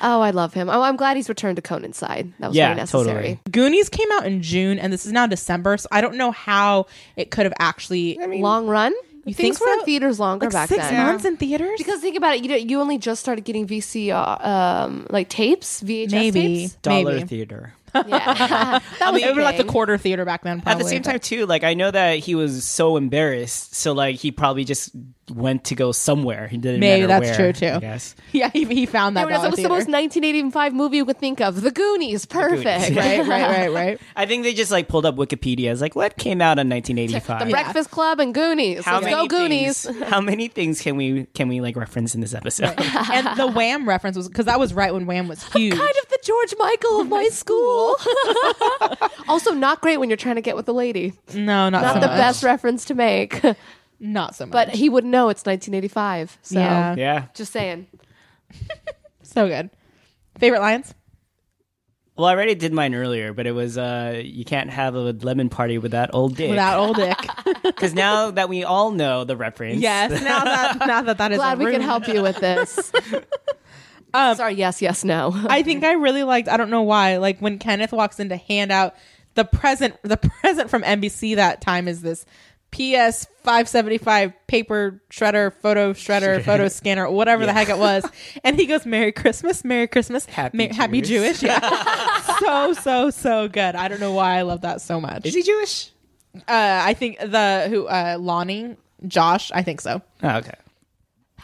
Oh, I love him. Oh, I'm glad he's returned to Conan's side. That was Yeah, very necessary. totally. Goonies came out in June, and this is now December, so I don't know how it could have actually. Long run. You Things think were in so? theaters longer like back six then. months in theaters. Because think about it, you don't- you only just started getting VCR um, like tapes, VHS maybe, tapes. Dollar maybe. theater. Yeah, that was It was like the thing. quarter theater back then. At Probably. the same time, too, like I know that he was so embarrassed, so like he probably just went to go somewhere. He didn't Maybe matter that's where, true, too. I guess. yeah, he, he found that. Everyone else, dollar It was the theater. most 1985 movie you could think of. The Goonies. Perfect. right, right, right, right. I think they just like pulled up Wikipedia. It's like, what came out in 1985? Breakfast Club and Goonies. How Let's many go Goonies. Things, how many things can we can we like reference in this episode? and the Wham reference was because that was right when Wham was huge. Kind of the George Michael of my school. also, not great when you're trying to get with a lady. no, not, Not so the much. best reference to make. Not so much. but he wouldn't know it's 1985. So yeah. yeah. just saying. so good. Favorite lines? Well, I already did mine earlier, but it was uh you can't have a lemon party without old dick. Without old dick. Because now that we all know the reference, yes. Now that now that that is Glad we a can room. help you with this. Sorry, yes, yes, no. I think I really liked. I don't know why. Like when Kenneth walks in to hand out the present, the present from NBC that time is this PS five seventy five paper shredder, photo shredder, photo scanner, whatever the heck it was. And he goes, "Merry Christmas, Merry Christmas, Happy Mer- Happy Jewish." Jewish." Yeah, so so so good. I don't know why I love that so much. Is he Jewish? Uh, I think the who uh, Lonnie, Josh. I think so. Oh, okay.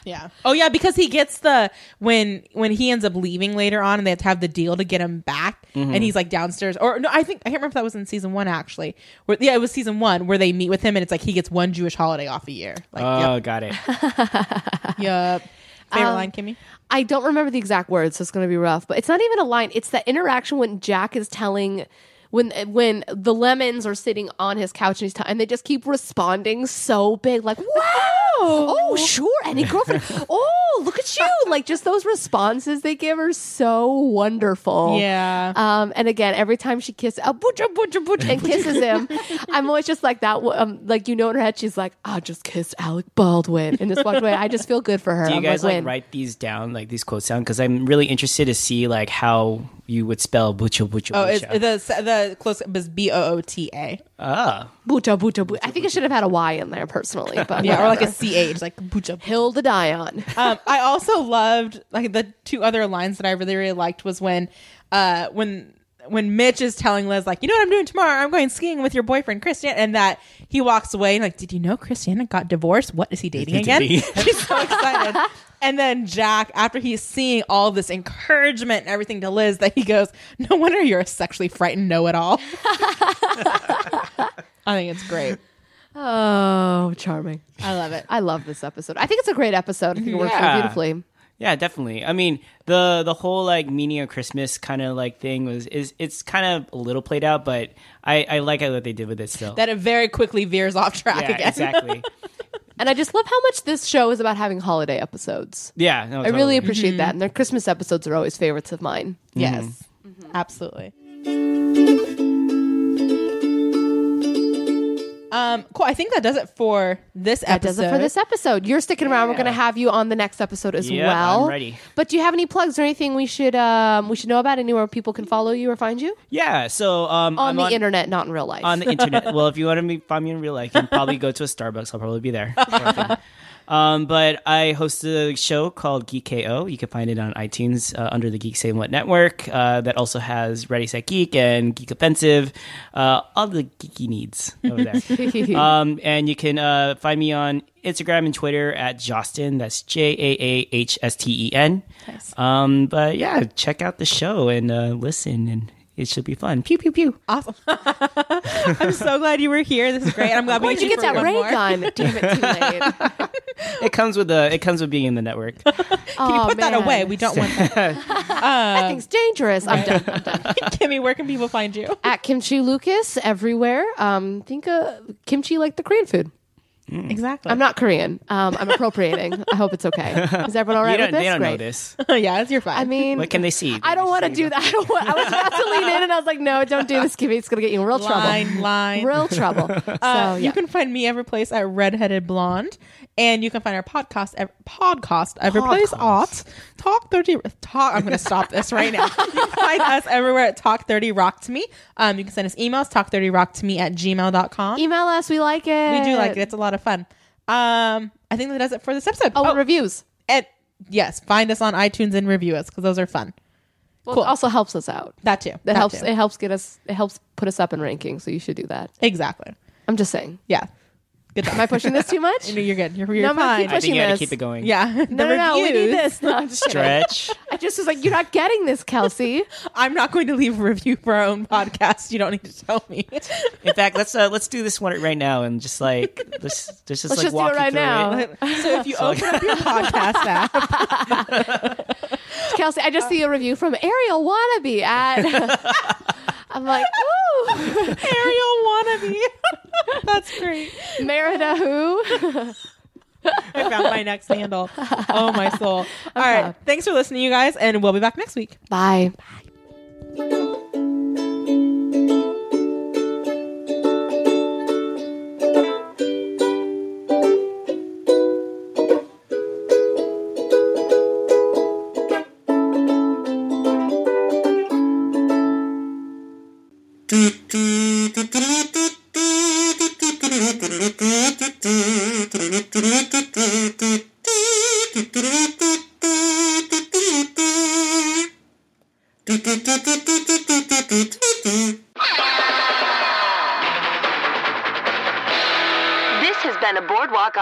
Yeah. Oh yeah, because he gets the when when he ends up leaving later on, and they have to have the deal to get him back, and he's like downstairs. Or no, I think I can't remember if that was in season one actually. Where yeah, it was season one where they meet with him, and it's like he gets one Jewish holiday off a year. Like Oh, got it. yep, yep. Um, Favorite line, Kimmy. I don't remember the exact words, so it's going to be rough. But it's not even a line. It's that interaction when Jack is telling when when the lemons are sitting on his couch and he's t- and they just keep responding so big, like wow, oh sure, any girlfriend, oh look at you, like just those responses they give are so wonderful. Yeah. Um, and again, every time she kisses, oh, butcha, butcha, butcha, and kisses him, I'm always just like that. wo- Um, like you know, in her head, she's like, "I just kissed Alec Baldwin," and just walked away. I just feel good for her. Do you I'm guys like "Win." write these down, like these quotes down? Because I'm really interested to see like how you would spell bucho bucho. Oh, it's bucho. the the close up is B O O T A. ah, Buta, buta, buta. I think I should have had a Y in there personally, but Yeah, or like a whatever. C H, like bucha. Hilda Dion. um, I also loved like the two other lines that I really really liked was when uh when when Mitch is telling Liz like you know what I'm doing tomorrow I'm going skiing with your boyfriend Christian and that he walks away and like did you know Christian got divorced what is he dating again dating? she's so excited And then Jack, after he's seeing all this encouragement and everything to Liz, that he goes, "No wonder you're a sexually frightened know-it-all." I think it's great. Oh, charming. I love it. I love this episode. I think it's a great episode. I think it works out Yeah. beautifully. Yeah, definitely. I mean, the the whole like meaning of Christmas kind of like thing was is it's kind of a little played out, but I I like what they did with it still. That it very quickly veers off track yeah, again. exactly. And I just love how much this show is about having holiday episodes. Yeah, no, I really totally. appreciate that. And their Christmas episodes are always favorites of mine. Yes, Mm-hmm. absolutely. Um, cool. I think that does it for this That episode. does it for this episode. You're sticking around. We're going to have you on the next episode as Yeah, well. I'm ready. But do you have any plugs or anything we should um, we should know about? Anywhere people can follow you or find you Yeah, so um, I'm on the internet, not in real life. on the internet. well, if you want to meet- find me in real life, you can probably go to a Starbucks. I'll probably be there. um, but I host a show called Geek KO. You can find it on iTunes uh, under the Geek Say What Network. Uh, that also has Ready Set Geek and Geek Offensive, uh, all the geeky needs over there. um, and you can uh, find me on Instagram and Twitter at Jostin. That's J A A H S T E N. Um, but yeah, check out the show and uh, listen and. It should be fun. Pew pew pew. Awesome. I'm so glad you were here. This is great. I'm glad we Where'd get you get for that one ray more. gun? Damn it, too late. It comes with the. It comes with being in the network. Can you Oh, put that man. away? We don't want that. that thing's dangerous. I'm done. I'm done. Kimmy, where can people find you? At Kimchi Lucas everywhere. Um, think of kimchi like the Korean food. Exactly. I'm not Korean. Um, I'm appropriating. I hope it's okay. Is everyone all You right don't, with this? they don't know Great. this. yeah, it's your fine. I mean, What can they see? I don't want to do that. I, don't want, I was about to lean in, and I was like, "No, don't do this, Kimmy. It's gonna get you in real line, line. trouble. Real trouble." So Uh, Oh, yeah. You can find me every place at Redheaded Blonde, and you can find our podcast ev- podcast every place at Talk Thirty Talk. I'm going to stop this right now. You can find us everywhere at Talk Thirty Rock to Me. Um, you can send us emails Talk Thirty Rock to Me at gmail.com. We Email us. We like it. do like it; it's a lot of fun. Um, I think that does it for this episode. Oh, and reviews. and yes, find us on iTunes and review us because those are fun. Well, Cool. it also helps us out. That too. That helps. too. It helps get us. It helps put us up in rankings. So you should do that. Exactly. I'm just saying. Yeah. Good job. Am I pushing this too much? You're good. You're, you're No, I'm gonna fine. keep I think pushing you got to this. keep it going. yeah. No, The no, no, we need reviews. this. No, I'm just kidding. Stretch. I just was like, you're not getting this, Kelsey. I'm not going to leave a review for our own podcast. You don't need to tell me. In fact, let's uh, let's do this one right now and just like let's, let's just like just do walk it you right through now. it. so if you open up your podcast app, Kelsey, I just see a review from Ariel Wannabe at. I'm like, ooh, Ariel wannabe. That's great. Merida who? I found my next handle. Oh my soul. All right. Thanks for listening, you guys, and we'll be back next week. Bye. This has been a Boardwalk